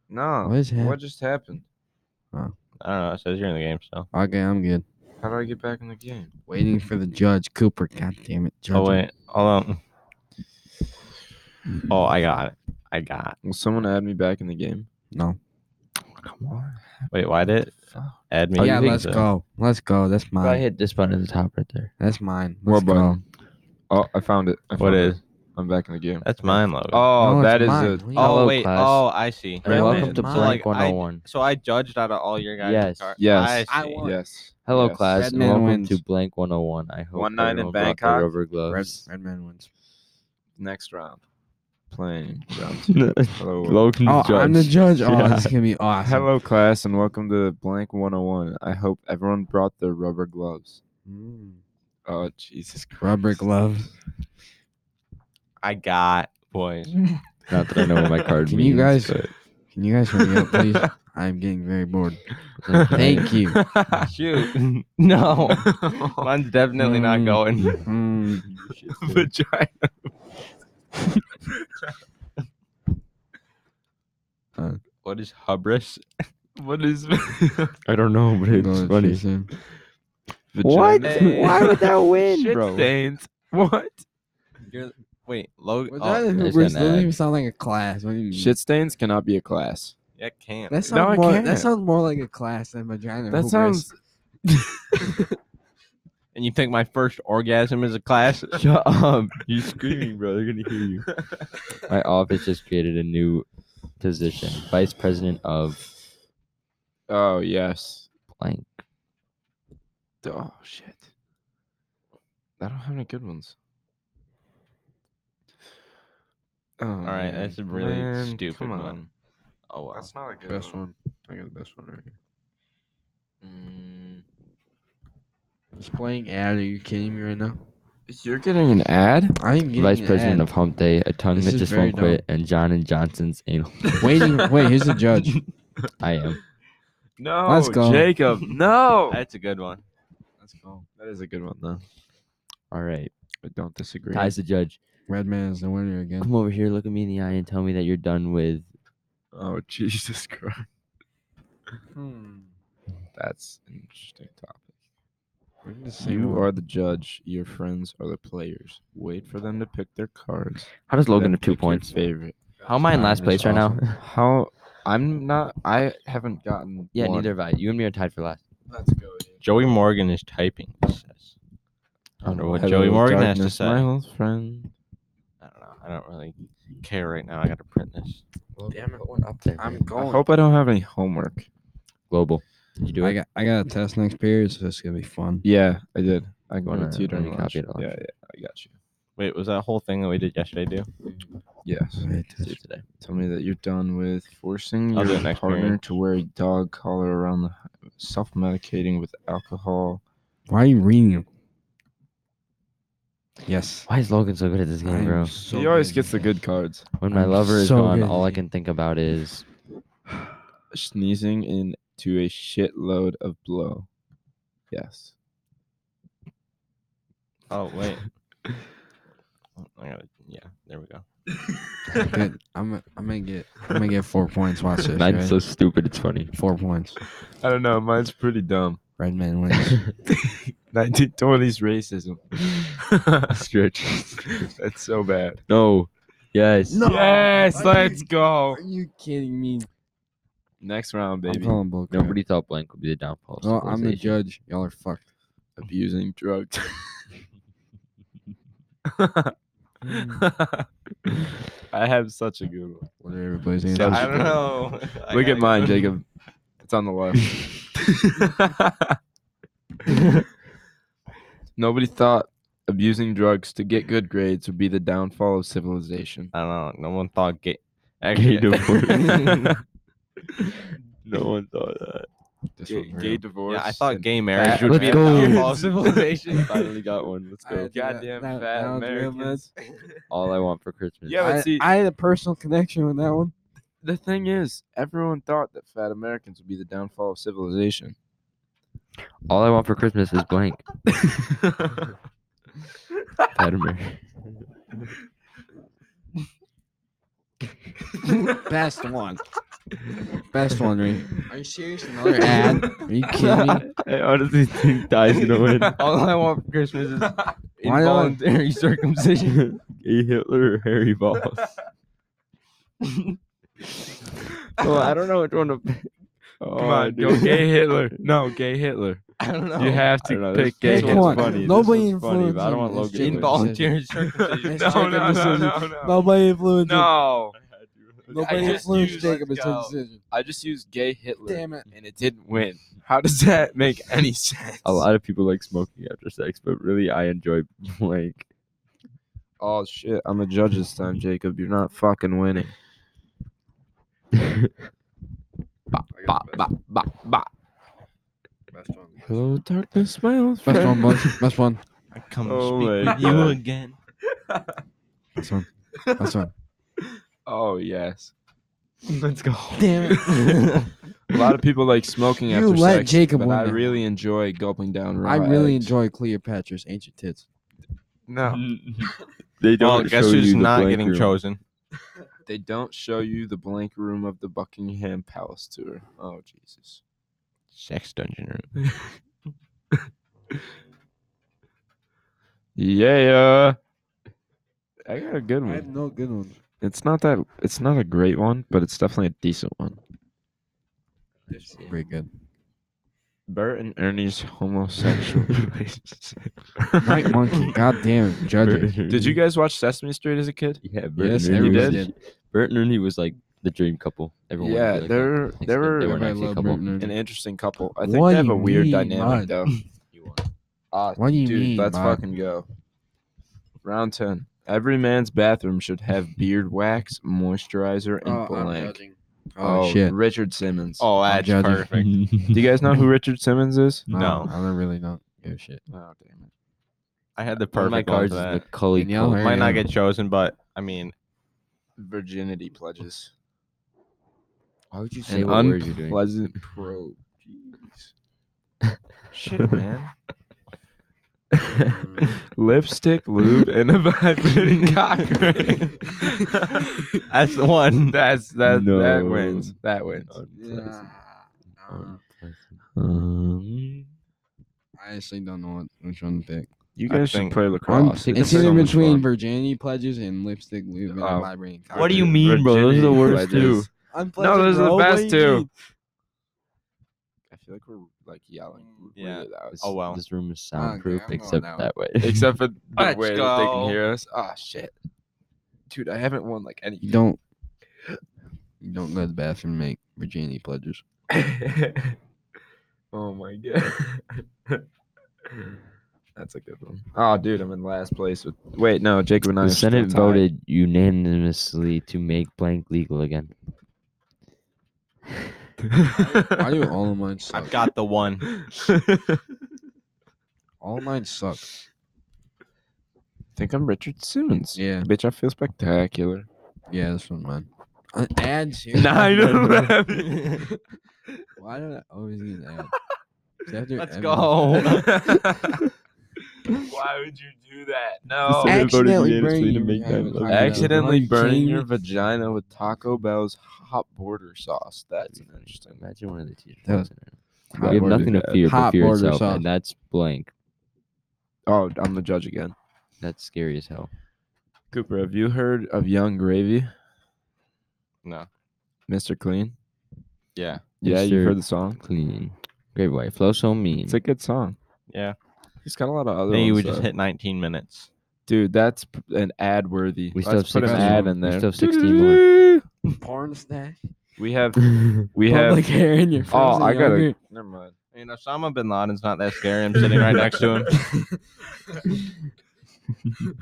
[SPEAKER 4] No.
[SPEAKER 2] What is
[SPEAKER 4] What
[SPEAKER 2] happening?
[SPEAKER 4] just happened?
[SPEAKER 1] I don't know. It says you're in the game still.
[SPEAKER 2] Okay, I'm good.
[SPEAKER 4] How do I get back in the game?
[SPEAKER 2] Waiting for the judge, Cooper. God damn it, judge.
[SPEAKER 1] Oh wait, hold on. Oh, I got it. I got.
[SPEAKER 4] Will someone add me back in the game?
[SPEAKER 2] No.
[SPEAKER 4] Come on.
[SPEAKER 1] It. Wait, why did it
[SPEAKER 4] Fuck.
[SPEAKER 1] add me?
[SPEAKER 4] Oh, you
[SPEAKER 2] yeah,
[SPEAKER 4] think
[SPEAKER 2] let's
[SPEAKER 1] So-
[SPEAKER 2] go. Let's go. That's
[SPEAKER 3] I
[SPEAKER 2] mine.
[SPEAKER 3] hit this button at the top right there.
[SPEAKER 2] That's mine.
[SPEAKER 4] What
[SPEAKER 2] Let's go.
[SPEAKER 4] button? Oh, I found it. I
[SPEAKER 1] What
[SPEAKER 4] found it.
[SPEAKER 1] is?
[SPEAKER 4] I'm back in the game.
[SPEAKER 1] That's mine, Logan.
[SPEAKER 4] Oh,
[SPEAKER 2] No, it's
[SPEAKER 4] that is
[SPEAKER 2] mine.
[SPEAKER 4] a.
[SPEAKER 2] What do you-
[SPEAKER 1] Oh
[SPEAKER 3] Hello,
[SPEAKER 1] wait.
[SPEAKER 3] class.
[SPEAKER 1] Oh, I see.
[SPEAKER 2] Really?
[SPEAKER 3] Welcome to
[SPEAKER 2] Mine.
[SPEAKER 3] Blank
[SPEAKER 1] So, like, I-
[SPEAKER 3] 101.
[SPEAKER 1] So I judged out of all your guys.
[SPEAKER 3] Yes.
[SPEAKER 1] card-
[SPEAKER 4] Yes.
[SPEAKER 1] I
[SPEAKER 2] I
[SPEAKER 1] see.
[SPEAKER 2] won.
[SPEAKER 4] Yes.
[SPEAKER 3] Hello,
[SPEAKER 4] Yes.
[SPEAKER 3] class,
[SPEAKER 2] Red
[SPEAKER 3] and
[SPEAKER 2] man
[SPEAKER 3] welcome
[SPEAKER 2] wins.
[SPEAKER 3] to Blank 101. I hope
[SPEAKER 4] One nine in
[SPEAKER 3] everyone brought their
[SPEAKER 4] Bangkok.
[SPEAKER 3] rubber
[SPEAKER 2] Red,
[SPEAKER 3] gloves.
[SPEAKER 2] red man wins.
[SPEAKER 4] Next round. Playing round two. Hello.
[SPEAKER 3] Welcome
[SPEAKER 2] Oh, I'm the judge. Oh,
[SPEAKER 3] Yeah.
[SPEAKER 2] this is gonna be awesome.
[SPEAKER 4] Hello, class, and welcome to Blank 101. I hope everyone brought their rubber gloves.
[SPEAKER 2] Mm.
[SPEAKER 4] Oh, Jesus Christ.
[SPEAKER 2] Rubber gloves.
[SPEAKER 1] I got boys.
[SPEAKER 3] Not that I know what my card
[SPEAKER 2] Can
[SPEAKER 3] means.
[SPEAKER 2] you guys-
[SPEAKER 3] but-
[SPEAKER 2] Can you guys hurry up, please? I'm getting very bored. Thank you.
[SPEAKER 1] Shoot. no. Mine's definitely not
[SPEAKER 2] Mm.
[SPEAKER 1] going.
[SPEAKER 2] Mm,
[SPEAKER 1] Vagina.
[SPEAKER 2] Uh.
[SPEAKER 1] what is hubris?
[SPEAKER 4] What is.
[SPEAKER 3] I don't know, but
[SPEAKER 2] go with you soon.
[SPEAKER 3] What?
[SPEAKER 1] Vagina.
[SPEAKER 3] Why would that win, bro?
[SPEAKER 4] stains. What?
[SPEAKER 1] You're, wait, Logan.
[SPEAKER 2] Was
[SPEAKER 1] Oh,
[SPEAKER 2] that a
[SPEAKER 3] there's
[SPEAKER 2] hubris?
[SPEAKER 3] an
[SPEAKER 2] Doesn't
[SPEAKER 3] ad.
[SPEAKER 2] even sound like a class. What do you mean?
[SPEAKER 4] Shit stains cannot be a class.
[SPEAKER 1] That can't.
[SPEAKER 2] That
[SPEAKER 1] be.
[SPEAKER 4] No, I
[SPEAKER 2] sounds more. That
[SPEAKER 4] can't.
[SPEAKER 2] sounds more like a class than vagina.
[SPEAKER 4] That
[SPEAKER 2] hubris.
[SPEAKER 4] sounds.
[SPEAKER 1] and you think my first orgasm is a class?
[SPEAKER 3] Shut up. You're screaming, bro. They're going to hear you. My office just created a new position Vice President of
[SPEAKER 4] Oh, yes.
[SPEAKER 3] Blank.
[SPEAKER 4] Oh, shit. I don't have any good ones. Oh, All
[SPEAKER 1] right, that's a really stupid one. Oh wow.
[SPEAKER 4] That's not a good
[SPEAKER 2] best
[SPEAKER 4] one.
[SPEAKER 2] one.
[SPEAKER 4] I got the best one right here.
[SPEAKER 2] He's Mm. playing ad. Are you kidding me right now?
[SPEAKER 4] You're getting an ad?
[SPEAKER 2] I am getting
[SPEAKER 3] Vice
[SPEAKER 2] an ad.
[SPEAKER 3] President of Hump Day, a tongue
[SPEAKER 2] This
[SPEAKER 3] that
[SPEAKER 2] is
[SPEAKER 3] just
[SPEAKER 2] very
[SPEAKER 3] won't quit, and John and Johnson's anal.
[SPEAKER 2] Waiting. Wait, here's the judge.
[SPEAKER 3] I am.
[SPEAKER 4] No,
[SPEAKER 2] Let's go.
[SPEAKER 4] Jacob. No.
[SPEAKER 1] That's a good one.
[SPEAKER 2] Let's go.
[SPEAKER 4] that is a good one though.
[SPEAKER 3] All right.
[SPEAKER 4] I don't disagree.
[SPEAKER 3] Ty's the judge.
[SPEAKER 2] Red man is the winner again.
[SPEAKER 3] Come over here, look at me in the eye, and tell me that you're done with.
[SPEAKER 4] Oh Jesus Christ. That's an interesting topic.
[SPEAKER 2] We're in the same
[SPEAKER 4] You
[SPEAKER 2] one.
[SPEAKER 4] are the judge. Your friends are the players. Wait for them to pick their cards.
[SPEAKER 3] How does Logan
[SPEAKER 4] then
[SPEAKER 3] have two
[SPEAKER 4] pick your
[SPEAKER 3] points?
[SPEAKER 4] Favorite.
[SPEAKER 3] How am I in
[SPEAKER 2] Mine
[SPEAKER 3] last
[SPEAKER 2] is
[SPEAKER 3] place right now?
[SPEAKER 4] How? I'm not. I haven't gotten.
[SPEAKER 3] yeah,
[SPEAKER 4] one.
[SPEAKER 3] neither have I. You and me are tied for last.
[SPEAKER 4] Let's go. dude.
[SPEAKER 1] Joey Morgan is typing. it says. I wonder what Joey
[SPEAKER 4] Hello,
[SPEAKER 1] Morgan has to
[SPEAKER 4] darkness,
[SPEAKER 1] say.
[SPEAKER 4] My old friend.
[SPEAKER 1] I don't know. I don't really care right now. I gotta print this.
[SPEAKER 3] Damn it, one up there.
[SPEAKER 2] I'm
[SPEAKER 4] I
[SPEAKER 2] going.
[SPEAKER 4] hope I don't have any homework.
[SPEAKER 3] Global. You do
[SPEAKER 2] I
[SPEAKER 3] it.
[SPEAKER 2] got. I got a test next period, so it's gonna be fun.
[SPEAKER 4] Yeah, I did. I got
[SPEAKER 3] Wanna-
[SPEAKER 4] it to you
[SPEAKER 3] wanna
[SPEAKER 4] during lunch.
[SPEAKER 3] copy
[SPEAKER 4] Yeah,
[SPEAKER 3] it at lunch?
[SPEAKER 4] yeah, I got you.
[SPEAKER 1] Wait, was that whole thing that we did yesterday do?
[SPEAKER 4] Yes.
[SPEAKER 2] Right.
[SPEAKER 3] Let's do it today.
[SPEAKER 4] Tell me that you're done with forcing
[SPEAKER 1] I'll do
[SPEAKER 4] your
[SPEAKER 1] it next
[SPEAKER 4] partner
[SPEAKER 1] period.
[SPEAKER 4] to wear a dog collar around the self medicating with alcohol.
[SPEAKER 2] Why are you reading him? Yes.
[SPEAKER 3] Why is Logan so good at this
[SPEAKER 2] I
[SPEAKER 3] game,
[SPEAKER 2] am
[SPEAKER 3] bro?
[SPEAKER 2] so
[SPEAKER 4] he always
[SPEAKER 2] good.
[SPEAKER 4] gets the good cards.
[SPEAKER 3] When my
[SPEAKER 2] I'm
[SPEAKER 3] lover is
[SPEAKER 2] so
[SPEAKER 3] gone,
[SPEAKER 2] good at
[SPEAKER 3] all I
[SPEAKER 2] this
[SPEAKER 3] can think about is
[SPEAKER 4] Sneezing into a shitload of blow. Yes.
[SPEAKER 1] Oh wait. I gotta, yeah, there we go.
[SPEAKER 2] Good. I'm. I'm gonna get. I'm gonna get four points. Watch this. Right?
[SPEAKER 3] stupid, it's funny.
[SPEAKER 2] four points.
[SPEAKER 4] I don't know. Mine's pretty dumb.
[SPEAKER 2] Red man wins.
[SPEAKER 4] 1920s racism.
[SPEAKER 3] Stretch.
[SPEAKER 4] That's so bad.
[SPEAKER 3] No. Yes.
[SPEAKER 2] No.
[SPEAKER 4] Yes,
[SPEAKER 2] Are
[SPEAKER 4] let's
[SPEAKER 2] you-
[SPEAKER 4] go.
[SPEAKER 2] Are you kidding me?
[SPEAKER 4] Next round,
[SPEAKER 2] I'm
[SPEAKER 4] baby.
[SPEAKER 2] calling bull crap.
[SPEAKER 3] Nobody thought blank would be the downfall. of
[SPEAKER 2] Well, I'm the
[SPEAKER 3] civilization.
[SPEAKER 2] judge. Y'all are fucked.
[SPEAKER 4] Abusing drugs. I have such a good one.
[SPEAKER 2] What are everybody's
[SPEAKER 4] So
[SPEAKER 2] answers?
[SPEAKER 4] I don't know.
[SPEAKER 1] I
[SPEAKER 4] Look
[SPEAKER 1] gotta
[SPEAKER 4] at mine,
[SPEAKER 1] go.
[SPEAKER 4] Jacob. It's on the left. Nobody thought abusing drugs to get good grades would be the downfall of civilization.
[SPEAKER 1] I don't know. No one thought gay.
[SPEAKER 3] Gay divorce.
[SPEAKER 1] yeah,
[SPEAKER 3] No one thought that.
[SPEAKER 2] This
[SPEAKER 4] Gay,
[SPEAKER 2] one's real.
[SPEAKER 4] gay divorce.
[SPEAKER 1] I thought
[SPEAKER 4] and
[SPEAKER 1] gay marriage would
[SPEAKER 3] Let's
[SPEAKER 1] be
[SPEAKER 3] go.
[SPEAKER 1] the downfall of civilization.
[SPEAKER 3] Finally got one. Let's go.
[SPEAKER 2] I-
[SPEAKER 4] goddamn
[SPEAKER 2] That-
[SPEAKER 4] fat
[SPEAKER 2] that was real
[SPEAKER 4] Americans.
[SPEAKER 3] All I want for Christmas.
[SPEAKER 4] Yeah, but
[SPEAKER 2] I,
[SPEAKER 4] see-
[SPEAKER 2] I had a personal connection with that one.
[SPEAKER 4] The thing is, everyone thought that fat Americans would be the downfall of civilization.
[SPEAKER 3] All I want for Christmas is blank. Vladimir.
[SPEAKER 2] Best one. Best one, right? Are you serious? Another ad? Are you kidding me?
[SPEAKER 3] I honestly think Ty's gonna win.
[SPEAKER 1] All I want for Christmas is
[SPEAKER 4] uh,
[SPEAKER 2] Why not?
[SPEAKER 1] involuntary circumcision.
[SPEAKER 3] A Hitler or Harry Balls?
[SPEAKER 1] well, I don't know which one to pick.
[SPEAKER 3] Oh,
[SPEAKER 5] Come on, go
[SPEAKER 3] dude.
[SPEAKER 5] gay Hitler. No, gay Hitler.
[SPEAKER 1] I don't know.
[SPEAKER 5] You have
[SPEAKER 3] I don't know,
[SPEAKER 5] to
[SPEAKER 3] this-
[SPEAKER 5] pick gay
[SPEAKER 3] this
[SPEAKER 2] Pick
[SPEAKER 3] one's
[SPEAKER 5] Hitler.
[SPEAKER 2] one.
[SPEAKER 3] funny. this
[SPEAKER 2] Nobody
[SPEAKER 3] one's funny, but I don't want
[SPEAKER 2] influenced
[SPEAKER 3] Logan
[SPEAKER 2] this
[SPEAKER 3] to win.
[SPEAKER 2] Jake Ball.
[SPEAKER 1] involuntary circumcision.
[SPEAKER 2] Let's
[SPEAKER 5] No,
[SPEAKER 2] check
[SPEAKER 5] no,
[SPEAKER 2] the
[SPEAKER 5] no,
[SPEAKER 2] decision.
[SPEAKER 5] no, no.
[SPEAKER 2] Nobody influenced him.
[SPEAKER 5] No.
[SPEAKER 2] Nobody
[SPEAKER 5] I just
[SPEAKER 2] influenced
[SPEAKER 5] used-
[SPEAKER 2] Jacob
[SPEAKER 5] let's
[SPEAKER 2] into
[SPEAKER 5] go.
[SPEAKER 2] his decision.
[SPEAKER 4] I just used gay Hitler
[SPEAKER 2] Damn it.
[SPEAKER 4] and it didn't win. How does that make any sense?
[SPEAKER 3] A lot of people like smoking after sex, but really, I enjoy blank.
[SPEAKER 4] Oh shit! I'm a judge this time, Jacob. You're not fucking winning.
[SPEAKER 3] Bah, bah, bah, bah.
[SPEAKER 4] Hello, darkness, my old
[SPEAKER 2] Best one, boys. Best one.
[SPEAKER 1] I come
[SPEAKER 3] Oh
[SPEAKER 1] to
[SPEAKER 3] my
[SPEAKER 1] speak with you
[SPEAKER 4] Uh,
[SPEAKER 3] God.
[SPEAKER 1] again.
[SPEAKER 2] Best one. Best one.
[SPEAKER 4] Oh yes.
[SPEAKER 3] Let's go.
[SPEAKER 2] Damn it.
[SPEAKER 4] A lot of people like smoking
[SPEAKER 2] You
[SPEAKER 4] after
[SPEAKER 2] let
[SPEAKER 4] sex,
[SPEAKER 2] Jacob
[SPEAKER 4] but
[SPEAKER 2] win
[SPEAKER 4] I
[SPEAKER 2] that.
[SPEAKER 4] really enjoy gulping down raw
[SPEAKER 2] I really
[SPEAKER 4] eggs.
[SPEAKER 2] enjoy Cleopatra's ancient tits.
[SPEAKER 5] No.
[SPEAKER 3] They don't.
[SPEAKER 1] Well, guess
[SPEAKER 3] show you
[SPEAKER 1] who's
[SPEAKER 3] the
[SPEAKER 1] not
[SPEAKER 3] blank
[SPEAKER 1] getting
[SPEAKER 3] room.
[SPEAKER 1] chosen?
[SPEAKER 4] They don't show you the blank room of the Buckingham Palace tour. Oh Jesus.
[SPEAKER 1] Sex dungeon room.
[SPEAKER 4] Yeah. I got a good
[SPEAKER 2] I have no good ones.
[SPEAKER 4] It's not that. It's not a great one, but it's definitely a decent one.
[SPEAKER 2] Pretty good.
[SPEAKER 4] Bert and Ernie's homosexual relationship.
[SPEAKER 2] Night Monkey. God damn it. Judges.
[SPEAKER 4] Did you guys watch Sesame Street as a kid?
[SPEAKER 3] Yeah, Bert
[SPEAKER 2] Yes,
[SPEAKER 3] and Ernie.
[SPEAKER 2] everybody
[SPEAKER 3] was-
[SPEAKER 2] did.
[SPEAKER 3] Bert and Ernie was like the dream couple. Everyone
[SPEAKER 4] Yeah,
[SPEAKER 3] wanted to be like
[SPEAKER 4] they're-
[SPEAKER 3] them. Except
[SPEAKER 4] they were-
[SPEAKER 3] they weren't
[SPEAKER 2] Everybody
[SPEAKER 3] actually a
[SPEAKER 2] loved
[SPEAKER 3] couple.
[SPEAKER 2] Bert and
[SPEAKER 4] An
[SPEAKER 2] Ernie.
[SPEAKER 4] interesting couple. I think
[SPEAKER 2] What
[SPEAKER 4] they have
[SPEAKER 2] do
[SPEAKER 4] a
[SPEAKER 2] you
[SPEAKER 4] weird
[SPEAKER 2] mean, bud?
[SPEAKER 4] dynamic, though. Ah,
[SPEAKER 2] What do you
[SPEAKER 4] dude,
[SPEAKER 2] mean?
[SPEAKER 4] let's
[SPEAKER 2] bud?
[SPEAKER 4] fucking go. Round ten. Every man's bathroom should have beard wax, moisturizer, and blank.
[SPEAKER 2] Oh, shit.
[SPEAKER 4] Richard Simmons.
[SPEAKER 1] Oh,
[SPEAKER 2] I'm
[SPEAKER 1] that's
[SPEAKER 2] judging.
[SPEAKER 1] perfect.
[SPEAKER 4] do you guys know who Richard Simmons is?
[SPEAKER 1] No.
[SPEAKER 2] I don't really don't give a shit.
[SPEAKER 4] Oh damn it.
[SPEAKER 1] I had the
[SPEAKER 3] One of my
[SPEAKER 1] perfect one
[SPEAKER 3] cards
[SPEAKER 1] for
[SPEAKER 3] is
[SPEAKER 1] that.
[SPEAKER 3] Macaulay
[SPEAKER 2] Danielle
[SPEAKER 3] Culkin.
[SPEAKER 2] Harry.
[SPEAKER 1] Might not
[SPEAKER 2] Yeah.
[SPEAKER 1] get chosen, but I mean,
[SPEAKER 4] Virginity pledges.
[SPEAKER 3] Why would you say
[SPEAKER 4] An
[SPEAKER 3] what word you're doing?
[SPEAKER 4] unpleasant probe. Jeez. Shit, man. Lipstick, lube, and a vibrating cock ring.
[SPEAKER 1] that's the one.
[SPEAKER 4] That's that. That
[SPEAKER 3] No.
[SPEAKER 4] wins. That wins.
[SPEAKER 3] Unpleasant. Unpleasant.
[SPEAKER 4] Um,
[SPEAKER 2] I honestly don't know what, which one to pick.
[SPEAKER 4] you
[SPEAKER 1] I
[SPEAKER 4] guys should
[SPEAKER 1] think-
[SPEAKER 4] play
[SPEAKER 2] I'm-
[SPEAKER 4] lacrosse.
[SPEAKER 2] it's
[SPEAKER 4] so
[SPEAKER 2] either
[SPEAKER 4] much
[SPEAKER 2] between
[SPEAKER 4] fun.
[SPEAKER 2] virginity pledges and lipstick lube and
[SPEAKER 4] Oh.
[SPEAKER 2] a vibrating cock.
[SPEAKER 1] What do you
[SPEAKER 4] Virgin-
[SPEAKER 1] mean, bro? Those are the
[SPEAKER 4] virginity
[SPEAKER 1] worst
[SPEAKER 4] pledges.
[SPEAKER 2] I'm
[SPEAKER 4] No, those are the best two.
[SPEAKER 2] too.
[SPEAKER 4] I feel like we're like yelling.
[SPEAKER 1] Yeah.
[SPEAKER 4] really loud.
[SPEAKER 1] Oh well.
[SPEAKER 3] This room is
[SPEAKER 2] I'm
[SPEAKER 3] soundproof
[SPEAKER 2] going
[SPEAKER 3] except
[SPEAKER 2] out.
[SPEAKER 3] that way.
[SPEAKER 4] Except for the
[SPEAKER 1] Let's
[SPEAKER 4] way that they
[SPEAKER 1] go.
[SPEAKER 4] can hear us. Ah, shit. Dude, I haven't won like any.
[SPEAKER 2] You don't. You don't go to the bathroom and make virginity pledges.
[SPEAKER 4] oh my god. That's a good one. Oh, dude, I'm in last place with. Wait, no, Jacob and I.
[SPEAKER 3] the
[SPEAKER 4] are still
[SPEAKER 3] Senate
[SPEAKER 4] tied.
[SPEAKER 3] voted unanimously to make blank legal again.
[SPEAKER 2] Why do all of mine suck?
[SPEAKER 1] I've got the one.
[SPEAKER 2] all of mine suck.
[SPEAKER 4] Think I'm Richard Simmons.
[SPEAKER 2] Yeah,
[SPEAKER 4] Bitch, I feel spectacular.
[SPEAKER 2] yeah, this one mine. Uh, Ads here.
[SPEAKER 4] Nine eleven.
[SPEAKER 2] Why did I always get an ad? It's after
[SPEAKER 1] Let's
[SPEAKER 2] every-
[SPEAKER 1] go.
[SPEAKER 5] Why would you do that?
[SPEAKER 3] The
[SPEAKER 5] No.
[SPEAKER 3] Senate voted
[SPEAKER 2] Accidentally
[SPEAKER 3] unanimously to
[SPEAKER 2] burning
[SPEAKER 3] make
[SPEAKER 2] your hand with
[SPEAKER 3] 9/11.
[SPEAKER 2] fire.
[SPEAKER 4] Accidentally
[SPEAKER 2] Are you kidding
[SPEAKER 4] burning your
[SPEAKER 2] me?
[SPEAKER 4] vagina with Taco Bell's hot border sauce. That's an interesting.
[SPEAKER 3] Imagine one of the teachers.
[SPEAKER 2] That-
[SPEAKER 3] walks in there.
[SPEAKER 2] Hot
[SPEAKER 3] We have
[SPEAKER 2] border.
[SPEAKER 3] nothing to fear but
[SPEAKER 2] Hot
[SPEAKER 3] fear
[SPEAKER 2] border
[SPEAKER 3] itself,
[SPEAKER 2] sauce.
[SPEAKER 3] and that's blank.
[SPEAKER 4] Oh, I'm the judge again.
[SPEAKER 3] That's scary as hell.
[SPEAKER 4] Cooper, have you heard of Young Gravy?
[SPEAKER 1] No.
[SPEAKER 4] Mr. Clean?
[SPEAKER 1] Yeah.
[SPEAKER 4] Yeah, you've
[SPEAKER 3] Mr.
[SPEAKER 4] heard the song.
[SPEAKER 3] Clean, great white, flow so mean.
[SPEAKER 4] It's a good song.
[SPEAKER 1] Yeah.
[SPEAKER 4] He's got a lot of other.
[SPEAKER 1] I think you
[SPEAKER 4] ones,
[SPEAKER 1] would just
[SPEAKER 4] though.
[SPEAKER 1] hit 19 minutes.
[SPEAKER 4] Dude, that's p- an ad worthy.
[SPEAKER 3] We still
[SPEAKER 4] Let's
[SPEAKER 3] have
[SPEAKER 4] put an
[SPEAKER 2] 16
[SPEAKER 4] ad in
[SPEAKER 3] we
[SPEAKER 4] there.
[SPEAKER 3] still have 16 more.
[SPEAKER 2] Porn snack.
[SPEAKER 4] We have.
[SPEAKER 3] Dude,
[SPEAKER 4] We have.
[SPEAKER 2] Public hair in your.
[SPEAKER 4] oh, I gotta.
[SPEAKER 2] got
[SPEAKER 4] Never mind.
[SPEAKER 1] I mean, Osama bin Laden's not that scary. I'm sitting right next to him.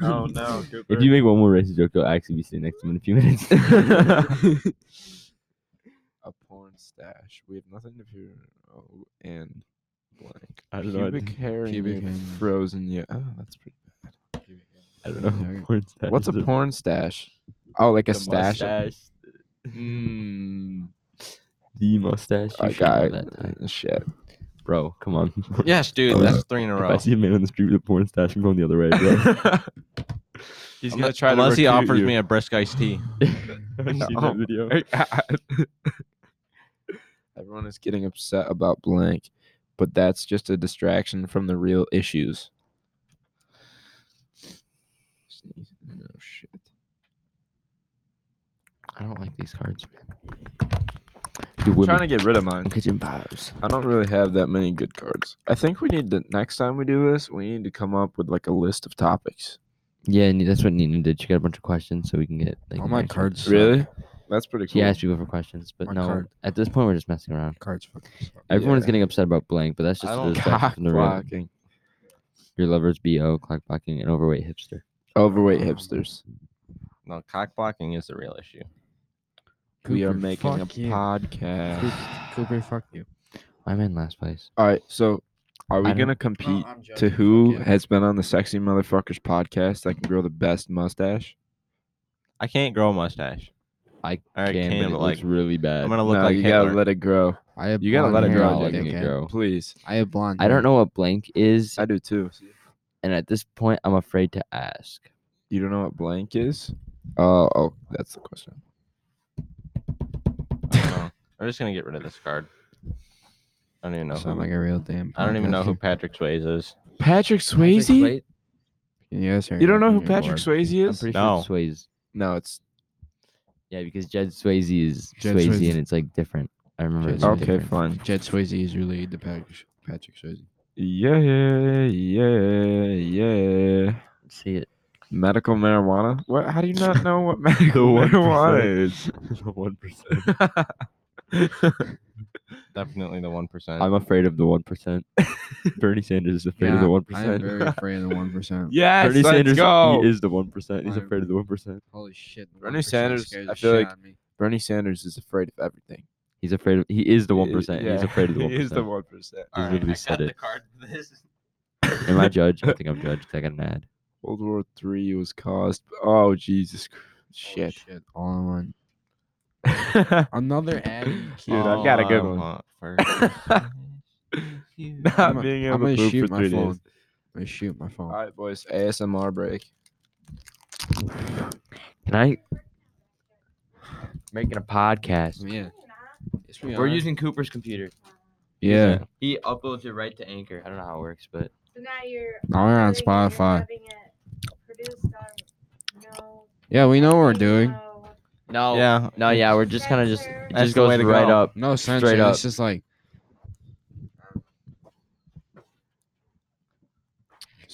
[SPEAKER 5] Oh no. Cooper.
[SPEAKER 3] if you make one more racist joke, you'll actually be sitting next to him in a few minutes.
[SPEAKER 4] A porn stash. We have nothing to fear. Oh, and blank.
[SPEAKER 3] I don't know, I
[SPEAKER 4] Pubic hair and
[SPEAKER 2] Pubic
[SPEAKER 4] you've
[SPEAKER 2] hair.
[SPEAKER 4] frozen. Yeah. Oh, that's pretty bad.
[SPEAKER 3] I don't know.
[SPEAKER 2] Yeah.
[SPEAKER 3] what porn stash
[SPEAKER 4] What's a
[SPEAKER 3] is.
[SPEAKER 4] porn stash? Oh, like a
[SPEAKER 3] The
[SPEAKER 4] stash.
[SPEAKER 3] mustache.
[SPEAKER 4] Mm,
[SPEAKER 3] The mustache. You
[SPEAKER 4] I
[SPEAKER 3] should know
[SPEAKER 4] got
[SPEAKER 3] that time.
[SPEAKER 4] shit.
[SPEAKER 3] Bro, come on.
[SPEAKER 1] yes, dude. That's three in a
[SPEAKER 3] If
[SPEAKER 1] row.
[SPEAKER 3] I see a man on the street with a porn stash, I'm going the other way, bro.
[SPEAKER 4] He's
[SPEAKER 1] Unle-
[SPEAKER 4] gonna try
[SPEAKER 1] Unless
[SPEAKER 4] to
[SPEAKER 1] he
[SPEAKER 4] recruit
[SPEAKER 1] offers
[SPEAKER 4] you.
[SPEAKER 1] me a brisk iced tea.
[SPEAKER 3] Have you seen that video?
[SPEAKER 4] Everyone is getting upset about blank, but that's just a distraction from the real issues. Sneeze. No shit.
[SPEAKER 3] I don't like these cards, man. Do women
[SPEAKER 4] trying to get rid of mine.
[SPEAKER 3] kitchen vibes?
[SPEAKER 4] I don't really have that many good cards. I think we need to next time we do this, we need to come up with like a list of topics.
[SPEAKER 3] Yeah, and that's what Nina did. She got a bunch of questions so we can get like
[SPEAKER 2] All my
[SPEAKER 3] answers.
[SPEAKER 2] cards suck.
[SPEAKER 4] Really? That's pretty cool.
[SPEAKER 3] She asked people for questions, but
[SPEAKER 2] My
[SPEAKER 3] no.
[SPEAKER 2] card-
[SPEAKER 3] At this point, we're just messing around.
[SPEAKER 2] Cards fucking suck.
[SPEAKER 3] Everyone's
[SPEAKER 4] Yeah.
[SPEAKER 3] getting upset about blank, but that's
[SPEAKER 4] I
[SPEAKER 3] just a
[SPEAKER 4] don't-
[SPEAKER 3] distraction
[SPEAKER 4] cock
[SPEAKER 3] from the real.
[SPEAKER 4] blocking.
[SPEAKER 3] Your lover's bo clock blocking and overweight hipster.
[SPEAKER 4] Overweight hipsters.
[SPEAKER 1] No, cock blocking is the real issue.
[SPEAKER 4] we are
[SPEAKER 2] Cooper,
[SPEAKER 4] making a
[SPEAKER 2] fuck you.
[SPEAKER 4] podcast.
[SPEAKER 2] Coop- Cooper, fuck you.
[SPEAKER 3] I'm in last place.
[SPEAKER 4] All right, so are we
[SPEAKER 3] I don't-
[SPEAKER 4] gonna compete to who has been on the Sexy Motherfuckers podcast that can grow the best mustache?
[SPEAKER 1] I can't grow a mustache.
[SPEAKER 3] I
[SPEAKER 1] All right,
[SPEAKER 3] can,
[SPEAKER 1] can,
[SPEAKER 3] but it
[SPEAKER 1] but,
[SPEAKER 3] looks
[SPEAKER 1] like,
[SPEAKER 3] really bad.
[SPEAKER 1] I'm gonna look
[SPEAKER 4] no,
[SPEAKER 1] like
[SPEAKER 4] you
[SPEAKER 1] Hitler.
[SPEAKER 4] gotta let it grow.
[SPEAKER 2] I have
[SPEAKER 4] You gotta let
[SPEAKER 2] blonde
[SPEAKER 4] it
[SPEAKER 2] hair,
[SPEAKER 4] grow,
[SPEAKER 2] you
[SPEAKER 3] Not letting it
[SPEAKER 2] dickhead.
[SPEAKER 3] grow.
[SPEAKER 4] Please,
[SPEAKER 2] I have blonde.
[SPEAKER 3] I
[SPEAKER 2] hair.
[SPEAKER 3] don't know what blank is,
[SPEAKER 4] I do too.
[SPEAKER 3] and at this point, I'm afraid to ask.
[SPEAKER 4] You don't know what blank is? Oh, oh, that's the question.
[SPEAKER 1] I don't know. I'm just gonna get rid of this card. I don't even know. Who,
[SPEAKER 2] Sound like a real damn.
[SPEAKER 1] I don't even know who
[SPEAKER 2] podcaster.
[SPEAKER 1] Patrick Swayze is.
[SPEAKER 4] Patrick
[SPEAKER 3] Patrick
[SPEAKER 4] Swayze?
[SPEAKER 3] Swayze?
[SPEAKER 2] Yes, sir.
[SPEAKER 4] You don't know who
[SPEAKER 2] You're
[SPEAKER 4] Patrick
[SPEAKER 2] bored.
[SPEAKER 4] Swayze
[SPEAKER 3] I'm
[SPEAKER 4] is?
[SPEAKER 3] pretty
[SPEAKER 1] No.
[SPEAKER 3] sure it's Swayze.
[SPEAKER 4] No, it's
[SPEAKER 3] Yeah, because Jed Swayze is
[SPEAKER 2] Jed
[SPEAKER 3] Swayze,
[SPEAKER 2] Swayze.
[SPEAKER 3] and it's like different. I remember.
[SPEAKER 2] Jed
[SPEAKER 3] It's
[SPEAKER 2] Swayze.
[SPEAKER 3] like,
[SPEAKER 4] okay.
[SPEAKER 3] different.
[SPEAKER 4] Fine.
[SPEAKER 2] Jed Swayze is related to Patrick Patrick Swayze.
[SPEAKER 4] Yeah, yeah, yeah.
[SPEAKER 3] See it.
[SPEAKER 4] Medical marijuana? What? How do you not know what medical
[SPEAKER 1] one
[SPEAKER 4] marijuana is?
[SPEAKER 1] the one percent. Definitely the one percent.
[SPEAKER 3] I'm afraid of the one percent. Bernie Sanders is afraid of
[SPEAKER 2] Yeah,
[SPEAKER 3] the one
[SPEAKER 2] I am
[SPEAKER 3] percent.
[SPEAKER 2] very afraid of the one percent.
[SPEAKER 4] Yes,
[SPEAKER 3] Bernie
[SPEAKER 4] let's
[SPEAKER 3] Sanders
[SPEAKER 4] go.
[SPEAKER 3] he is the one percent. He's
[SPEAKER 2] I'm-
[SPEAKER 3] afraid of the one percent.
[SPEAKER 2] Holy shit. the
[SPEAKER 4] Bernie
[SPEAKER 2] 1%
[SPEAKER 4] Sanders,
[SPEAKER 2] scares
[SPEAKER 4] I
[SPEAKER 2] the
[SPEAKER 4] feel
[SPEAKER 2] shit
[SPEAKER 4] like-
[SPEAKER 2] out of me.
[SPEAKER 4] Bernie Sanders is afraid of everything.
[SPEAKER 3] He's afraid of. He is the
[SPEAKER 4] He-
[SPEAKER 3] one percent. He's
[SPEAKER 4] yeah,
[SPEAKER 3] afraid of the one
[SPEAKER 4] He is the
[SPEAKER 3] percent.
[SPEAKER 4] one percent.
[SPEAKER 3] He's literally said it.
[SPEAKER 5] card. This
[SPEAKER 3] Am I judged? I think I'm judged. 'cause I got an ad.
[SPEAKER 4] World War Three was caused. Oh Jesus, Christ.
[SPEAKER 2] Holy
[SPEAKER 4] shit,
[SPEAKER 2] shit. All in one.
[SPEAKER 4] dude!
[SPEAKER 2] Another ad.
[SPEAKER 4] I've got a good
[SPEAKER 1] Oh,
[SPEAKER 4] one. Not
[SPEAKER 2] I'm,
[SPEAKER 4] being
[SPEAKER 2] gonna-
[SPEAKER 4] able
[SPEAKER 2] I'm
[SPEAKER 4] to
[SPEAKER 2] gonna
[SPEAKER 4] poop
[SPEAKER 2] shoot
[SPEAKER 4] for
[SPEAKER 2] my
[SPEAKER 4] three days.
[SPEAKER 2] phone. I'm gonna shoot my phone.
[SPEAKER 4] All right, boys, ASMR break.
[SPEAKER 3] Can I? Making a podcast.
[SPEAKER 2] Yeah. Yes, we
[SPEAKER 3] We're
[SPEAKER 2] are.
[SPEAKER 3] using Cooper's computer.
[SPEAKER 2] Yeah.
[SPEAKER 3] He uploads it right to Anchor. I don't know how it works, but
[SPEAKER 6] So now you're
[SPEAKER 2] Now we're on
[SPEAKER 6] ordering it, you're
[SPEAKER 2] Spotify.
[SPEAKER 6] having it produced on- no,
[SPEAKER 2] Yeah, we know what we're
[SPEAKER 6] no,
[SPEAKER 2] doing.
[SPEAKER 3] no,
[SPEAKER 1] Yeah.
[SPEAKER 3] Oh, no, yeah. We're just kind of just
[SPEAKER 6] Censor.
[SPEAKER 3] it
[SPEAKER 1] That's
[SPEAKER 3] just
[SPEAKER 1] the
[SPEAKER 3] goes
[SPEAKER 1] way to
[SPEAKER 3] right
[SPEAKER 1] go.
[SPEAKER 3] up.
[SPEAKER 2] No sense.
[SPEAKER 3] Straight up.
[SPEAKER 2] It's just like.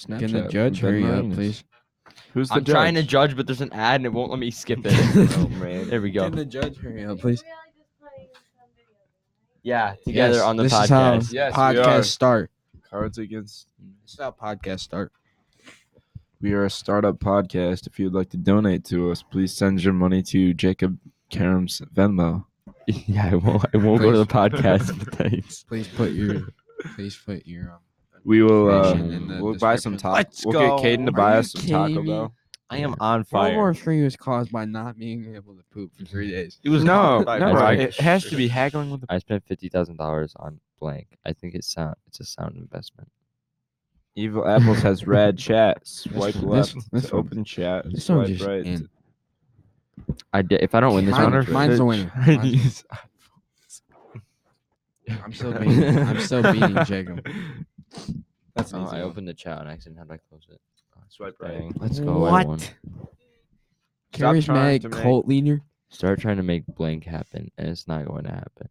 [SPEAKER 2] Can the
[SPEAKER 4] Snapchat
[SPEAKER 2] judge
[SPEAKER 4] from Ben
[SPEAKER 2] hurry up,
[SPEAKER 4] Magnus.
[SPEAKER 2] please?
[SPEAKER 4] Who's the
[SPEAKER 3] I'm
[SPEAKER 4] judge?
[SPEAKER 3] trying to judge, but there's an ad and it won't let me skip
[SPEAKER 4] oh
[SPEAKER 3] it.
[SPEAKER 4] man,
[SPEAKER 3] there we go.
[SPEAKER 2] Can the judge hurry up,
[SPEAKER 6] You're
[SPEAKER 2] please?
[SPEAKER 6] really just playing some video, right?
[SPEAKER 3] Yeah, together
[SPEAKER 2] Yes,
[SPEAKER 3] on the
[SPEAKER 2] this
[SPEAKER 3] podcast.
[SPEAKER 2] Is how
[SPEAKER 4] Yes, we are.
[SPEAKER 2] podcasts start.
[SPEAKER 4] Cards Against.
[SPEAKER 2] This is how podcasts start.
[SPEAKER 4] We are a startup podcast. If you'd like to donate to us, please send your money to Jacob Karam's Venmo.
[SPEAKER 3] yeah, it won't. It won't go to the podcast. But thanks.
[SPEAKER 2] Please put your. please put your. Um,
[SPEAKER 4] We will. Uh,
[SPEAKER 2] Information in the
[SPEAKER 4] we'll buy some
[SPEAKER 2] description.
[SPEAKER 4] tacos.
[SPEAKER 1] Let's
[SPEAKER 4] we'll
[SPEAKER 1] go.
[SPEAKER 4] get Caden to
[SPEAKER 1] Are
[SPEAKER 4] buy
[SPEAKER 2] you
[SPEAKER 4] us some Taco
[SPEAKER 2] kidding me?
[SPEAKER 4] Bell.
[SPEAKER 1] I am on
[SPEAKER 2] World War
[SPEAKER 1] fire.
[SPEAKER 2] Three was caused by not being able to poop for three days.
[SPEAKER 1] It was
[SPEAKER 4] No,
[SPEAKER 1] cocked by
[SPEAKER 4] no,
[SPEAKER 1] Patrick
[SPEAKER 4] it has to be
[SPEAKER 1] Swayze.
[SPEAKER 4] haggling with the.
[SPEAKER 3] I spent fifty thousand dollars on blank. I think it's sound. It's a sound investment.
[SPEAKER 4] Evil Apples has rad chat. Swipe
[SPEAKER 2] one-
[SPEAKER 4] left.
[SPEAKER 2] this- this
[SPEAKER 4] to
[SPEAKER 2] one-
[SPEAKER 4] open chat.
[SPEAKER 2] this one
[SPEAKER 4] swipe
[SPEAKER 2] just
[SPEAKER 4] right.
[SPEAKER 2] in.
[SPEAKER 3] I did. If I don't win this
[SPEAKER 2] Mine-
[SPEAKER 3] round,
[SPEAKER 4] Counterfeit
[SPEAKER 2] mine's
[SPEAKER 3] it's-
[SPEAKER 2] the winner. Mine's-
[SPEAKER 4] Chinese
[SPEAKER 2] I'm still beating. I'm still beating Jacob.
[SPEAKER 4] That's
[SPEAKER 3] Oh,
[SPEAKER 4] easy.
[SPEAKER 3] I opened the chat on accident. How did I close it?
[SPEAKER 4] Swipe right.
[SPEAKER 1] Dang.
[SPEAKER 3] Let's go. I won.
[SPEAKER 2] What?
[SPEAKER 4] Stop trying to
[SPEAKER 2] Charismatic
[SPEAKER 4] make-
[SPEAKER 2] cult leader.
[SPEAKER 3] Start trying to make blank happen, and it's not going to happen.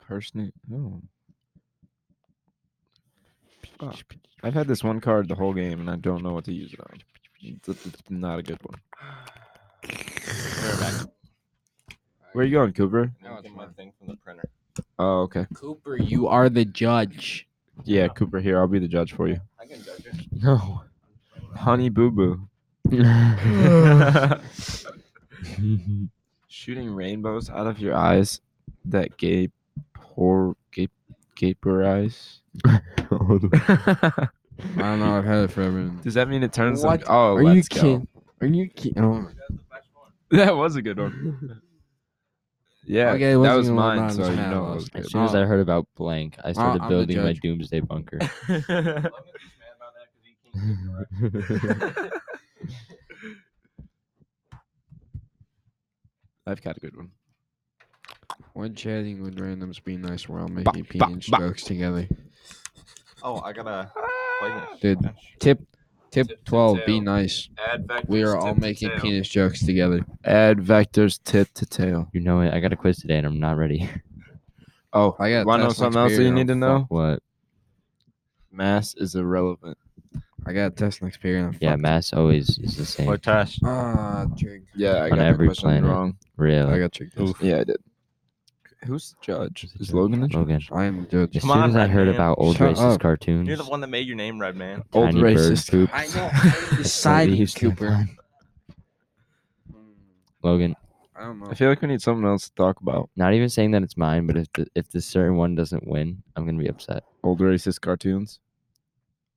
[SPEAKER 4] Person. Oh. Fuck. I've had this one card the whole game, and I don't know what to use it on. It's, it's not a good one. Where are you going, Cooper?
[SPEAKER 1] I'm gonna get my thing from the printer.
[SPEAKER 4] Oh, okay.
[SPEAKER 2] Cooper, you are the judge.
[SPEAKER 4] Yeah, Cooper here. I'll be the judge for you.
[SPEAKER 1] I can judge it.
[SPEAKER 4] No. Honey Boo Boo. Shooting rainbows out of your eyes that gape, poor gape, gaper eyes.
[SPEAKER 2] I don't know. I've had it forever.
[SPEAKER 4] Does that mean it turns
[SPEAKER 2] What?
[SPEAKER 4] like? Oh,
[SPEAKER 2] are you
[SPEAKER 4] let's go.
[SPEAKER 2] kidding? Are you kidding? Oh.
[SPEAKER 4] That was a good one. Yeah,
[SPEAKER 2] Okay, it
[SPEAKER 4] that
[SPEAKER 2] wasn't
[SPEAKER 4] was
[SPEAKER 2] even one
[SPEAKER 4] mine.
[SPEAKER 2] mine,
[SPEAKER 4] So
[SPEAKER 2] it's
[SPEAKER 4] you
[SPEAKER 2] mine,
[SPEAKER 4] know it
[SPEAKER 2] I
[SPEAKER 4] was
[SPEAKER 3] as
[SPEAKER 4] good.
[SPEAKER 3] soon as I heard about blank, I started
[SPEAKER 2] I'm the
[SPEAKER 3] building my
[SPEAKER 2] judge.
[SPEAKER 3] doomsday bunker.
[SPEAKER 4] I've got a good one.
[SPEAKER 2] When chatting with randoms be nice while
[SPEAKER 4] Ba-
[SPEAKER 2] making
[SPEAKER 4] ba-
[SPEAKER 2] penis
[SPEAKER 4] ba.
[SPEAKER 2] jokes together.
[SPEAKER 1] Oh, I gotta play this.
[SPEAKER 2] Dude.
[SPEAKER 1] Gosh.
[SPEAKER 2] Tip tip
[SPEAKER 5] Tip to
[SPEAKER 2] twelve, be
[SPEAKER 5] tail.
[SPEAKER 2] nice.
[SPEAKER 5] Add vectors.
[SPEAKER 2] We are
[SPEAKER 5] tip
[SPEAKER 2] all
[SPEAKER 5] to
[SPEAKER 2] making
[SPEAKER 5] tail.
[SPEAKER 2] penis jokes together.
[SPEAKER 4] Add vectors tip to tail.
[SPEAKER 3] You know it. I got a quiz today and I'm not ready.
[SPEAKER 4] Oh,
[SPEAKER 2] I got a
[SPEAKER 4] wanna know
[SPEAKER 2] test next
[SPEAKER 4] something else that you
[SPEAKER 2] period,
[SPEAKER 4] need to
[SPEAKER 2] I'm
[SPEAKER 4] know?
[SPEAKER 3] What?
[SPEAKER 4] Mass is irrelevant.
[SPEAKER 2] I got a test next period. I'm
[SPEAKER 3] Yeah,
[SPEAKER 2] fucked.
[SPEAKER 3] mass always is the same.
[SPEAKER 1] What test?
[SPEAKER 2] Ah, trick.
[SPEAKER 4] Yeah, I
[SPEAKER 3] On
[SPEAKER 4] got that
[SPEAKER 3] every
[SPEAKER 4] question
[SPEAKER 3] planet.
[SPEAKER 4] wrong.
[SPEAKER 2] I
[SPEAKER 3] Really?
[SPEAKER 2] got tricked.
[SPEAKER 1] Oof.
[SPEAKER 4] Yeah, I did. Who's the judge?
[SPEAKER 3] Who's the
[SPEAKER 4] Is
[SPEAKER 3] judge?
[SPEAKER 4] Logan the judge?
[SPEAKER 3] Logan.
[SPEAKER 2] I am the judge.
[SPEAKER 3] As
[SPEAKER 1] Come
[SPEAKER 3] soon
[SPEAKER 1] on,
[SPEAKER 3] as I
[SPEAKER 1] Red
[SPEAKER 3] heard
[SPEAKER 1] Man.
[SPEAKER 3] about old
[SPEAKER 2] Shut
[SPEAKER 3] racist
[SPEAKER 2] up.
[SPEAKER 3] cartoons,
[SPEAKER 1] You're the one that made your name red, man.
[SPEAKER 4] Old
[SPEAKER 3] tiny bird
[SPEAKER 4] racist.
[SPEAKER 3] poops,
[SPEAKER 2] I know. I'm the side
[SPEAKER 3] leaves
[SPEAKER 2] Cooper.
[SPEAKER 3] lifeline. Logan,
[SPEAKER 2] I don't know.
[SPEAKER 4] I feel like we need something else to talk about.
[SPEAKER 3] not even saying that it's mine, but if the, if this certain one doesn't win, I'm gonna be upset.
[SPEAKER 4] Old racist cartoons.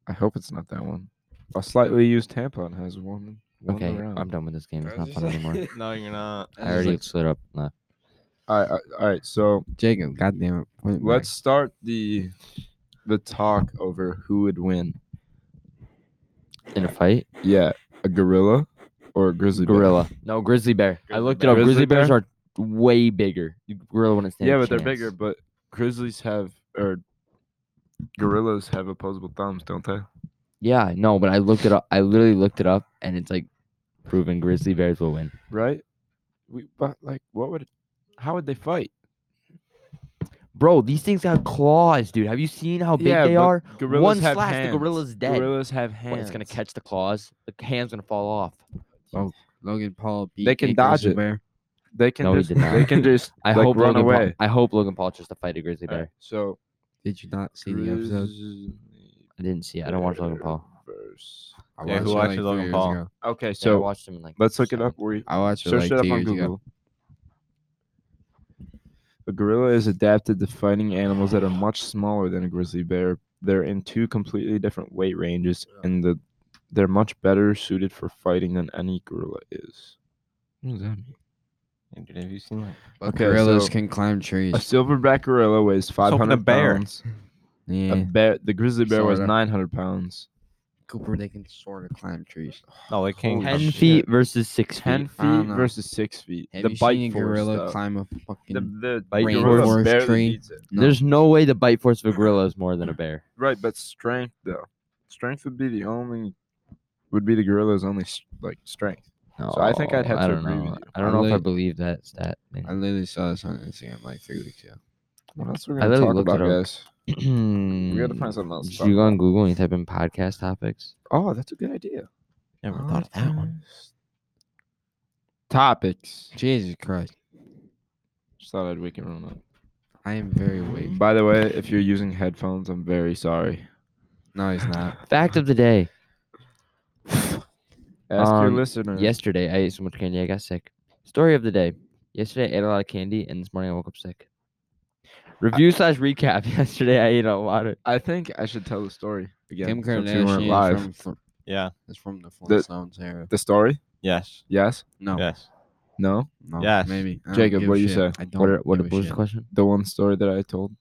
[SPEAKER 4] I hope it's not that one. A slightly used tampon has one. one
[SPEAKER 3] Okay,
[SPEAKER 4] around.
[SPEAKER 3] I'm done with this game. It's not
[SPEAKER 2] That's
[SPEAKER 3] fun
[SPEAKER 2] just-
[SPEAKER 3] anymore.
[SPEAKER 1] No, you're not.
[SPEAKER 3] I already slid up. Left.
[SPEAKER 4] All right, all right. So
[SPEAKER 2] Jacob, goddamn it. point back.
[SPEAKER 4] let's start the the talk over who would win.
[SPEAKER 3] In a fight,
[SPEAKER 4] Yeah, a gorilla or a grizzly bear?
[SPEAKER 3] gorilla. No, grizzly bear. I
[SPEAKER 1] Grizzly
[SPEAKER 3] looked
[SPEAKER 1] bear.
[SPEAKER 3] it up. Grizzly,
[SPEAKER 4] Grizzly
[SPEAKER 3] bears
[SPEAKER 4] bear?
[SPEAKER 3] are way bigger. You- Gorilla wouldn't stand.
[SPEAKER 4] Yeah,
[SPEAKER 3] a
[SPEAKER 4] but they're
[SPEAKER 3] chance.
[SPEAKER 4] bigger. But grizzlies have or gorillas have opposable thumbs, don't they?
[SPEAKER 3] Yeah, no, but I looked it up. I literally looked it up, and it's like proven grizzly bears will win.
[SPEAKER 4] Right? We but like what would how would they fight?
[SPEAKER 3] Bro, these things have claws, dude. Have you seen how big they
[SPEAKER 4] but
[SPEAKER 3] are?
[SPEAKER 4] Gorillas
[SPEAKER 3] One
[SPEAKER 4] have
[SPEAKER 3] slash,
[SPEAKER 4] hands.
[SPEAKER 3] the gorilla's dead.
[SPEAKER 4] Gorillas have hands.
[SPEAKER 3] What, it's gonna catch the claws. The hand's gonna fall off.
[SPEAKER 2] Logan Paul beat
[SPEAKER 4] They can
[SPEAKER 2] a
[SPEAKER 4] dodge
[SPEAKER 2] grizzly
[SPEAKER 4] it.
[SPEAKER 2] bear.
[SPEAKER 4] They can
[SPEAKER 3] No, he
[SPEAKER 4] just
[SPEAKER 3] did not.
[SPEAKER 4] they can just
[SPEAKER 3] I
[SPEAKER 4] like,
[SPEAKER 3] hope
[SPEAKER 4] run
[SPEAKER 3] Logan Paul-
[SPEAKER 4] away.
[SPEAKER 3] I hope Logan Paul tries to fight a grizzly bear.
[SPEAKER 4] Alright, so
[SPEAKER 2] Did you not see the episode?
[SPEAKER 4] grizzly
[SPEAKER 3] I didn't see. it. I don't watch Logan
[SPEAKER 4] bear
[SPEAKER 3] Paul.
[SPEAKER 4] versus-
[SPEAKER 2] I
[SPEAKER 1] Yeah, who
[SPEAKER 2] watched it,
[SPEAKER 1] watches
[SPEAKER 2] three
[SPEAKER 1] Logan
[SPEAKER 2] years
[SPEAKER 1] Paul?
[SPEAKER 2] ago.
[SPEAKER 4] Okay,
[SPEAKER 3] So I
[SPEAKER 4] so
[SPEAKER 3] watched him in like.
[SPEAKER 4] let's look it
[SPEAKER 3] seven.
[SPEAKER 4] up. Where
[SPEAKER 2] I watched it
[SPEAKER 4] search
[SPEAKER 2] like
[SPEAKER 4] it up
[SPEAKER 2] two
[SPEAKER 4] on
[SPEAKER 2] years ago.
[SPEAKER 4] Google. A gorilla is adapted to fighting animals that are much smaller than a grizzly bear. They're in two completely different weight ranges, and the they're much better suited for fighting than any gorilla is. What does that mean?
[SPEAKER 1] Hey, dude, have you seen that?
[SPEAKER 2] But
[SPEAKER 4] Okay,
[SPEAKER 2] gorillas
[SPEAKER 4] so-
[SPEAKER 2] can climb trees.
[SPEAKER 4] A silverback gorilla weighs
[SPEAKER 1] like a
[SPEAKER 4] 500
[SPEAKER 1] bear.
[SPEAKER 4] pounds. A
[SPEAKER 2] yeah.
[SPEAKER 4] bear, the grizzly bear weighs
[SPEAKER 2] Sorta.
[SPEAKER 4] 900 pounds.
[SPEAKER 2] Cooper, they can sort of climb trees.
[SPEAKER 1] No, they can't.
[SPEAKER 3] Ten
[SPEAKER 1] come-
[SPEAKER 3] feet versus six
[SPEAKER 4] 10
[SPEAKER 3] feet.
[SPEAKER 2] I don't
[SPEAKER 4] feet
[SPEAKER 2] know.
[SPEAKER 4] versus 6 feet.
[SPEAKER 2] Have
[SPEAKER 4] the
[SPEAKER 2] you
[SPEAKER 4] bite
[SPEAKER 2] seen a
[SPEAKER 4] force,
[SPEAKER 2] gorilla
[SPEAKER 4] though.
[SPEAKER 2] climb a
[SPEAKER 4] The,
[SPEAKER 2] fucking?
[SPEAKER 4] the
[SPEAKER 1] Bite
[SPEAKER 4] gorilla
[SPEAKER 2] force
[SPEAKER 4] barely
[SPEAKER 2] tree.
[SPEAKER 4] beats it.
[SPEAKER 2] No.
[SPEAKER 3] There's no way the bite force of a gorilla is more than a bear.
[SPEAKER 4] Right, but strength though. Strength would be the only would be the gorilla's only s- like strength.
[SPEAKER 3] No,
[SPEAKER 4] I think I'd have
[SPEAKER 3] I
[SPEAKER 4] to
[SPEAKER 3] don't
[SPEAKER 4] agree with
[SPEAKER 3] know.
[SPEAKER 4] you.
[SPEAKER 3] I don't
[SPEAKER 2] I
[SPEAKER 3] know if I
[SPEAKER 2] lit-
[SPEAKER 3] believe that stat. man.
[SPEAKER 2] I literally saw this on Instagram like three weeks ago.
[SPEAKER 4] What else we're
[SPEAKER 3] I
[SPEAKER 4] gonna
[SPEAKER 3] literally
[SPEAKER 4] talk
[SPEAKER 3] looked
[SPEAKER 4] about,
[SPEAKER 3] it up.
[SPEAKER 4] guys? We gotta find something else. to
[SPEAKER 3] Did
[SPEAKER 4] talk
[SPEAKER 3] you go
[SPEAKER 4] about.
[SPEAKER 3] on Google and you type in podcast topics?
[SPEAKER 4] Oh, that's a good idea.
[SPEAKER 1] Never
[SPEAKER 4] Oh,
[SPEAKER 1] thought of that one.
[SPEAKER 4] Podcast Topics.
[SPEAKER 2] Jesus Christ,
[SPEAKER 4] Just thought I'd wake everyone up.
[SPEAKER 2] I am very weak.
[SPEAKER 4] By the way, if you're using headphones, I'm very sorry.
[SPEAKER 2] No, he's not.
[SPEAKER 3] Fact of the day:
[SPEAKER 4] Ask your
[SPEAKER 3] Um,
[SPEAKER 4] listener.
[SPEAKER 3] Yesterday I ate so much candy I got sick. Story of the day: Yesterday I ate a lot of candy and this morning I woke up sick. Review slash recap: Yesterday I ate a lot of.
[SPEAKER 4] I think I should tell the story again.
[SPEAKER 2] Kim
[SPEAKER 4] since we weren't
[SPEAKER 2] Kardashian
[SPEAKER 4] live.
[SPEAKER 2] Is, from, Fl-
[SPEAKER 1] Yeah.
[SPEAKER 2] is from the
[SPEAKER 4] The-
[SPEAKER 2] Flintstones era.
[SPEAKER 4] The story?
[SPEAKER 1] Yes.
[SPEAKER 4] Yes.
[SPEAKER 3] Oh.
[SPEAKER 2] No,
[SPEAKER 1] Yes.
[SPEAKER 4] No.
[SPEAKER 2] no,
[SPEAKER 1] Yes.
[SPEAKER 2] maybe. I don't
[SPEAKER 4] Jacob,
[SPEAKER 2] give
[SPEAKER 4] what
[SPEAKER 2] a
[SPEAKER 4] do you
[SPEAKER 2] shit.
[SPEAKER 4] say?
[SPEAKER 2] I don't
[SPEAKER 3] What? are- What,
[SPEAKER 2] give
[SPEAKER 3] what
[SPEAKER 2] a
[SPEAKER 3] was the
[SPEAKER 2] shit.
[SPEAKER 3] question?
[SPEAKER 4] The one story that I told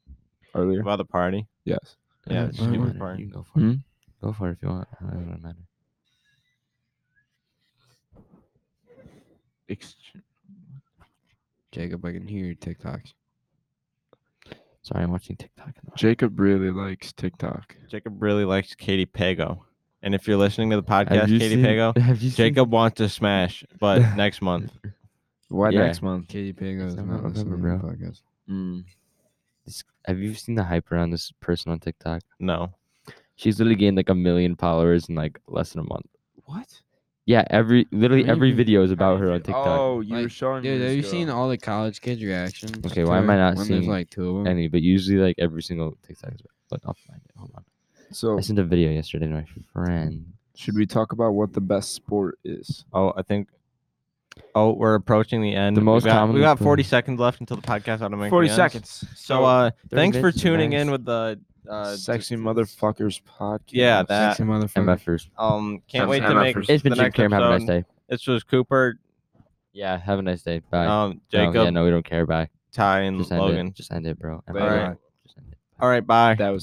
[SPEAKER 4] earlier.
[SPEAKER 1] About the party.
[SPEAKER 4] Yes.
[SPEAKER 1] Yeah,
[SPEAKER 3] Uh,
[SPEAKER 1] the
[SPEAKER 3] you
[SPEAKER 1] stupid
[SPEAKER 3] want it,
[SPEAKER 1] part.
[SPEAKER 3] You can go for
[SPEAKER 4] Hmm?
[SPEAKER 3] it. Go for it if you want. It doesn't matter.
[SPEAKER 4] Ex-
[SPEAKER 2] Jacob, I can hear your TikToks.
[SPEAKER 3] Sorry, I'm watching TikTok. in the-
[SPEAKER 4] Jacob really likes TikTok.
[SPEAKER 1] Jacob really likes Katy Pago. And if you're listening to the podcast,
[SPEAKER 3] Have you
[SPEAKER 1] Katy
[SPEAKER 3] seen-
[SPEAKER 1] Pago,
[SPEAKER 3] Have you seen-
[SPEAKER 1] Jacob wants to smash, but next month.
[SPEAKER 4] Why
[SPEAKER 3] Yeah.
[SPEAKER 4] next month?
[SPEAKER 2] Katy Pago is
[SPEAKER 3] not
[SPEAKER 2] not
[SPEAKER 3] November,
[SPEAKER 2] listening to
[SPEAKER 3] bro.
[SPEAKER 2] the podcast.
[SPEAKER 3] This- Have you seen the hype around this person on TikTok?
[SPEAKER 1] No.
[SPEAKER 3] She's literally gained like a million followers in like less than a month.
[SPEAKER 4] What?
[SPEAKER 3] Yeah, every literally every
[SPEAKER 2] Really?
[SPEAKER 3] video is about her on TikTok.
[SPEAKER 4] Oh, you were
[SPEAKER 2] Like,
[SPEAKER 4] showing me.
[SPEAKER 2] Dude, have
[SPEAKER 4] this
[SPEAKER 2] you
[SPEAKER 4] girl.
[SPEAKER 2] seen all the college kids' reactions?
[SPEAKER 3] Okay,
[SPEAKER 2] to
[SPEAKER 3] why am I
[SPEAKER 2] it?
[SPEAKER 3] not
[SPEAKER 2] when
[SPEAKER 3] seeing
[SPEAKER 2] There's like two
[SPEAKER 1] Oh.
[SPEAKER 2] of them.
[SPEAKER 3] Any, but usually like every single TikTok is. But I'll find it. Hold on.
[SPEAKER 4] So,
[SPEAKER 3] I sent a video yesterday to my friend.
[SPEAKER 4] should we talk about what the best sport is?
[SPEAKER 1] Oh, I think. Oh, we're approaching the end.
[SPEAKER 3] The most
[SPEAKER 1] we got, we
[SPEAKER 3] commonly
[SPEAKER 1] got 40
[SPEAKER 3] played.
[SPEAKER 1] seconds left until the podcast automatically
[SPEAKER 4] Forty
[SPEAKER 1] ends.
[SPEAKER 4] seconds.
[SPEAKER 1] So, uh, thanks for
[SPEAKER 3] minutes is
[SPEAKER 1] tuning in
[SPEAKER 3] nice.
[SPEAKER 1] with the uh,
[SPEAKER 4] Sexy
[SPEAKER 1] just-
[SPEAKER 4] motherfuckers podcast.
[SPEAKER 1] Yeah, that.
[SPEAKER 2] Sexy motherfucker.
[SPEAKER 3] MFers.
[SPEAKER 1] Um, can't
[SPEAKER 4] Sounds
[SPEAKER 1] wait to
[SPEAKER 4] good.
[SPEAKER 1] make.
[SPEAKER 4] It's
[SPEAKER 3] It's been
[SPEAKER 1] the
[SPEAKER 3] Jim
[SPEAKER 1] next
[SPEAKER 3] Cam. Have a nice
[SPEAKER 1] episode.
[SPEAKER 3] day.
[SPEAKER 1] This was Cooper,
[SPEAKER 3] Yeah, have a nice day. Bye.
[SPEAKER 1] um,
[SPEAKER 3] No,
[SPEAKER 1] Jacob,
[SPEAKER 3] yeah, no, we don't care. Bye.
[SPEAKER 1] Ty, and
[SPEAKER 3] Just end
[SPEAKER 1] Logan.
[SPEAKER 3] it. Just end it, bro.
[SPEAKER 4] Bye.
[SPEAKER 3] All right. Just end it. Bye.
[SPEAKER 1] All right, bye.
[SPEAKER 4] That was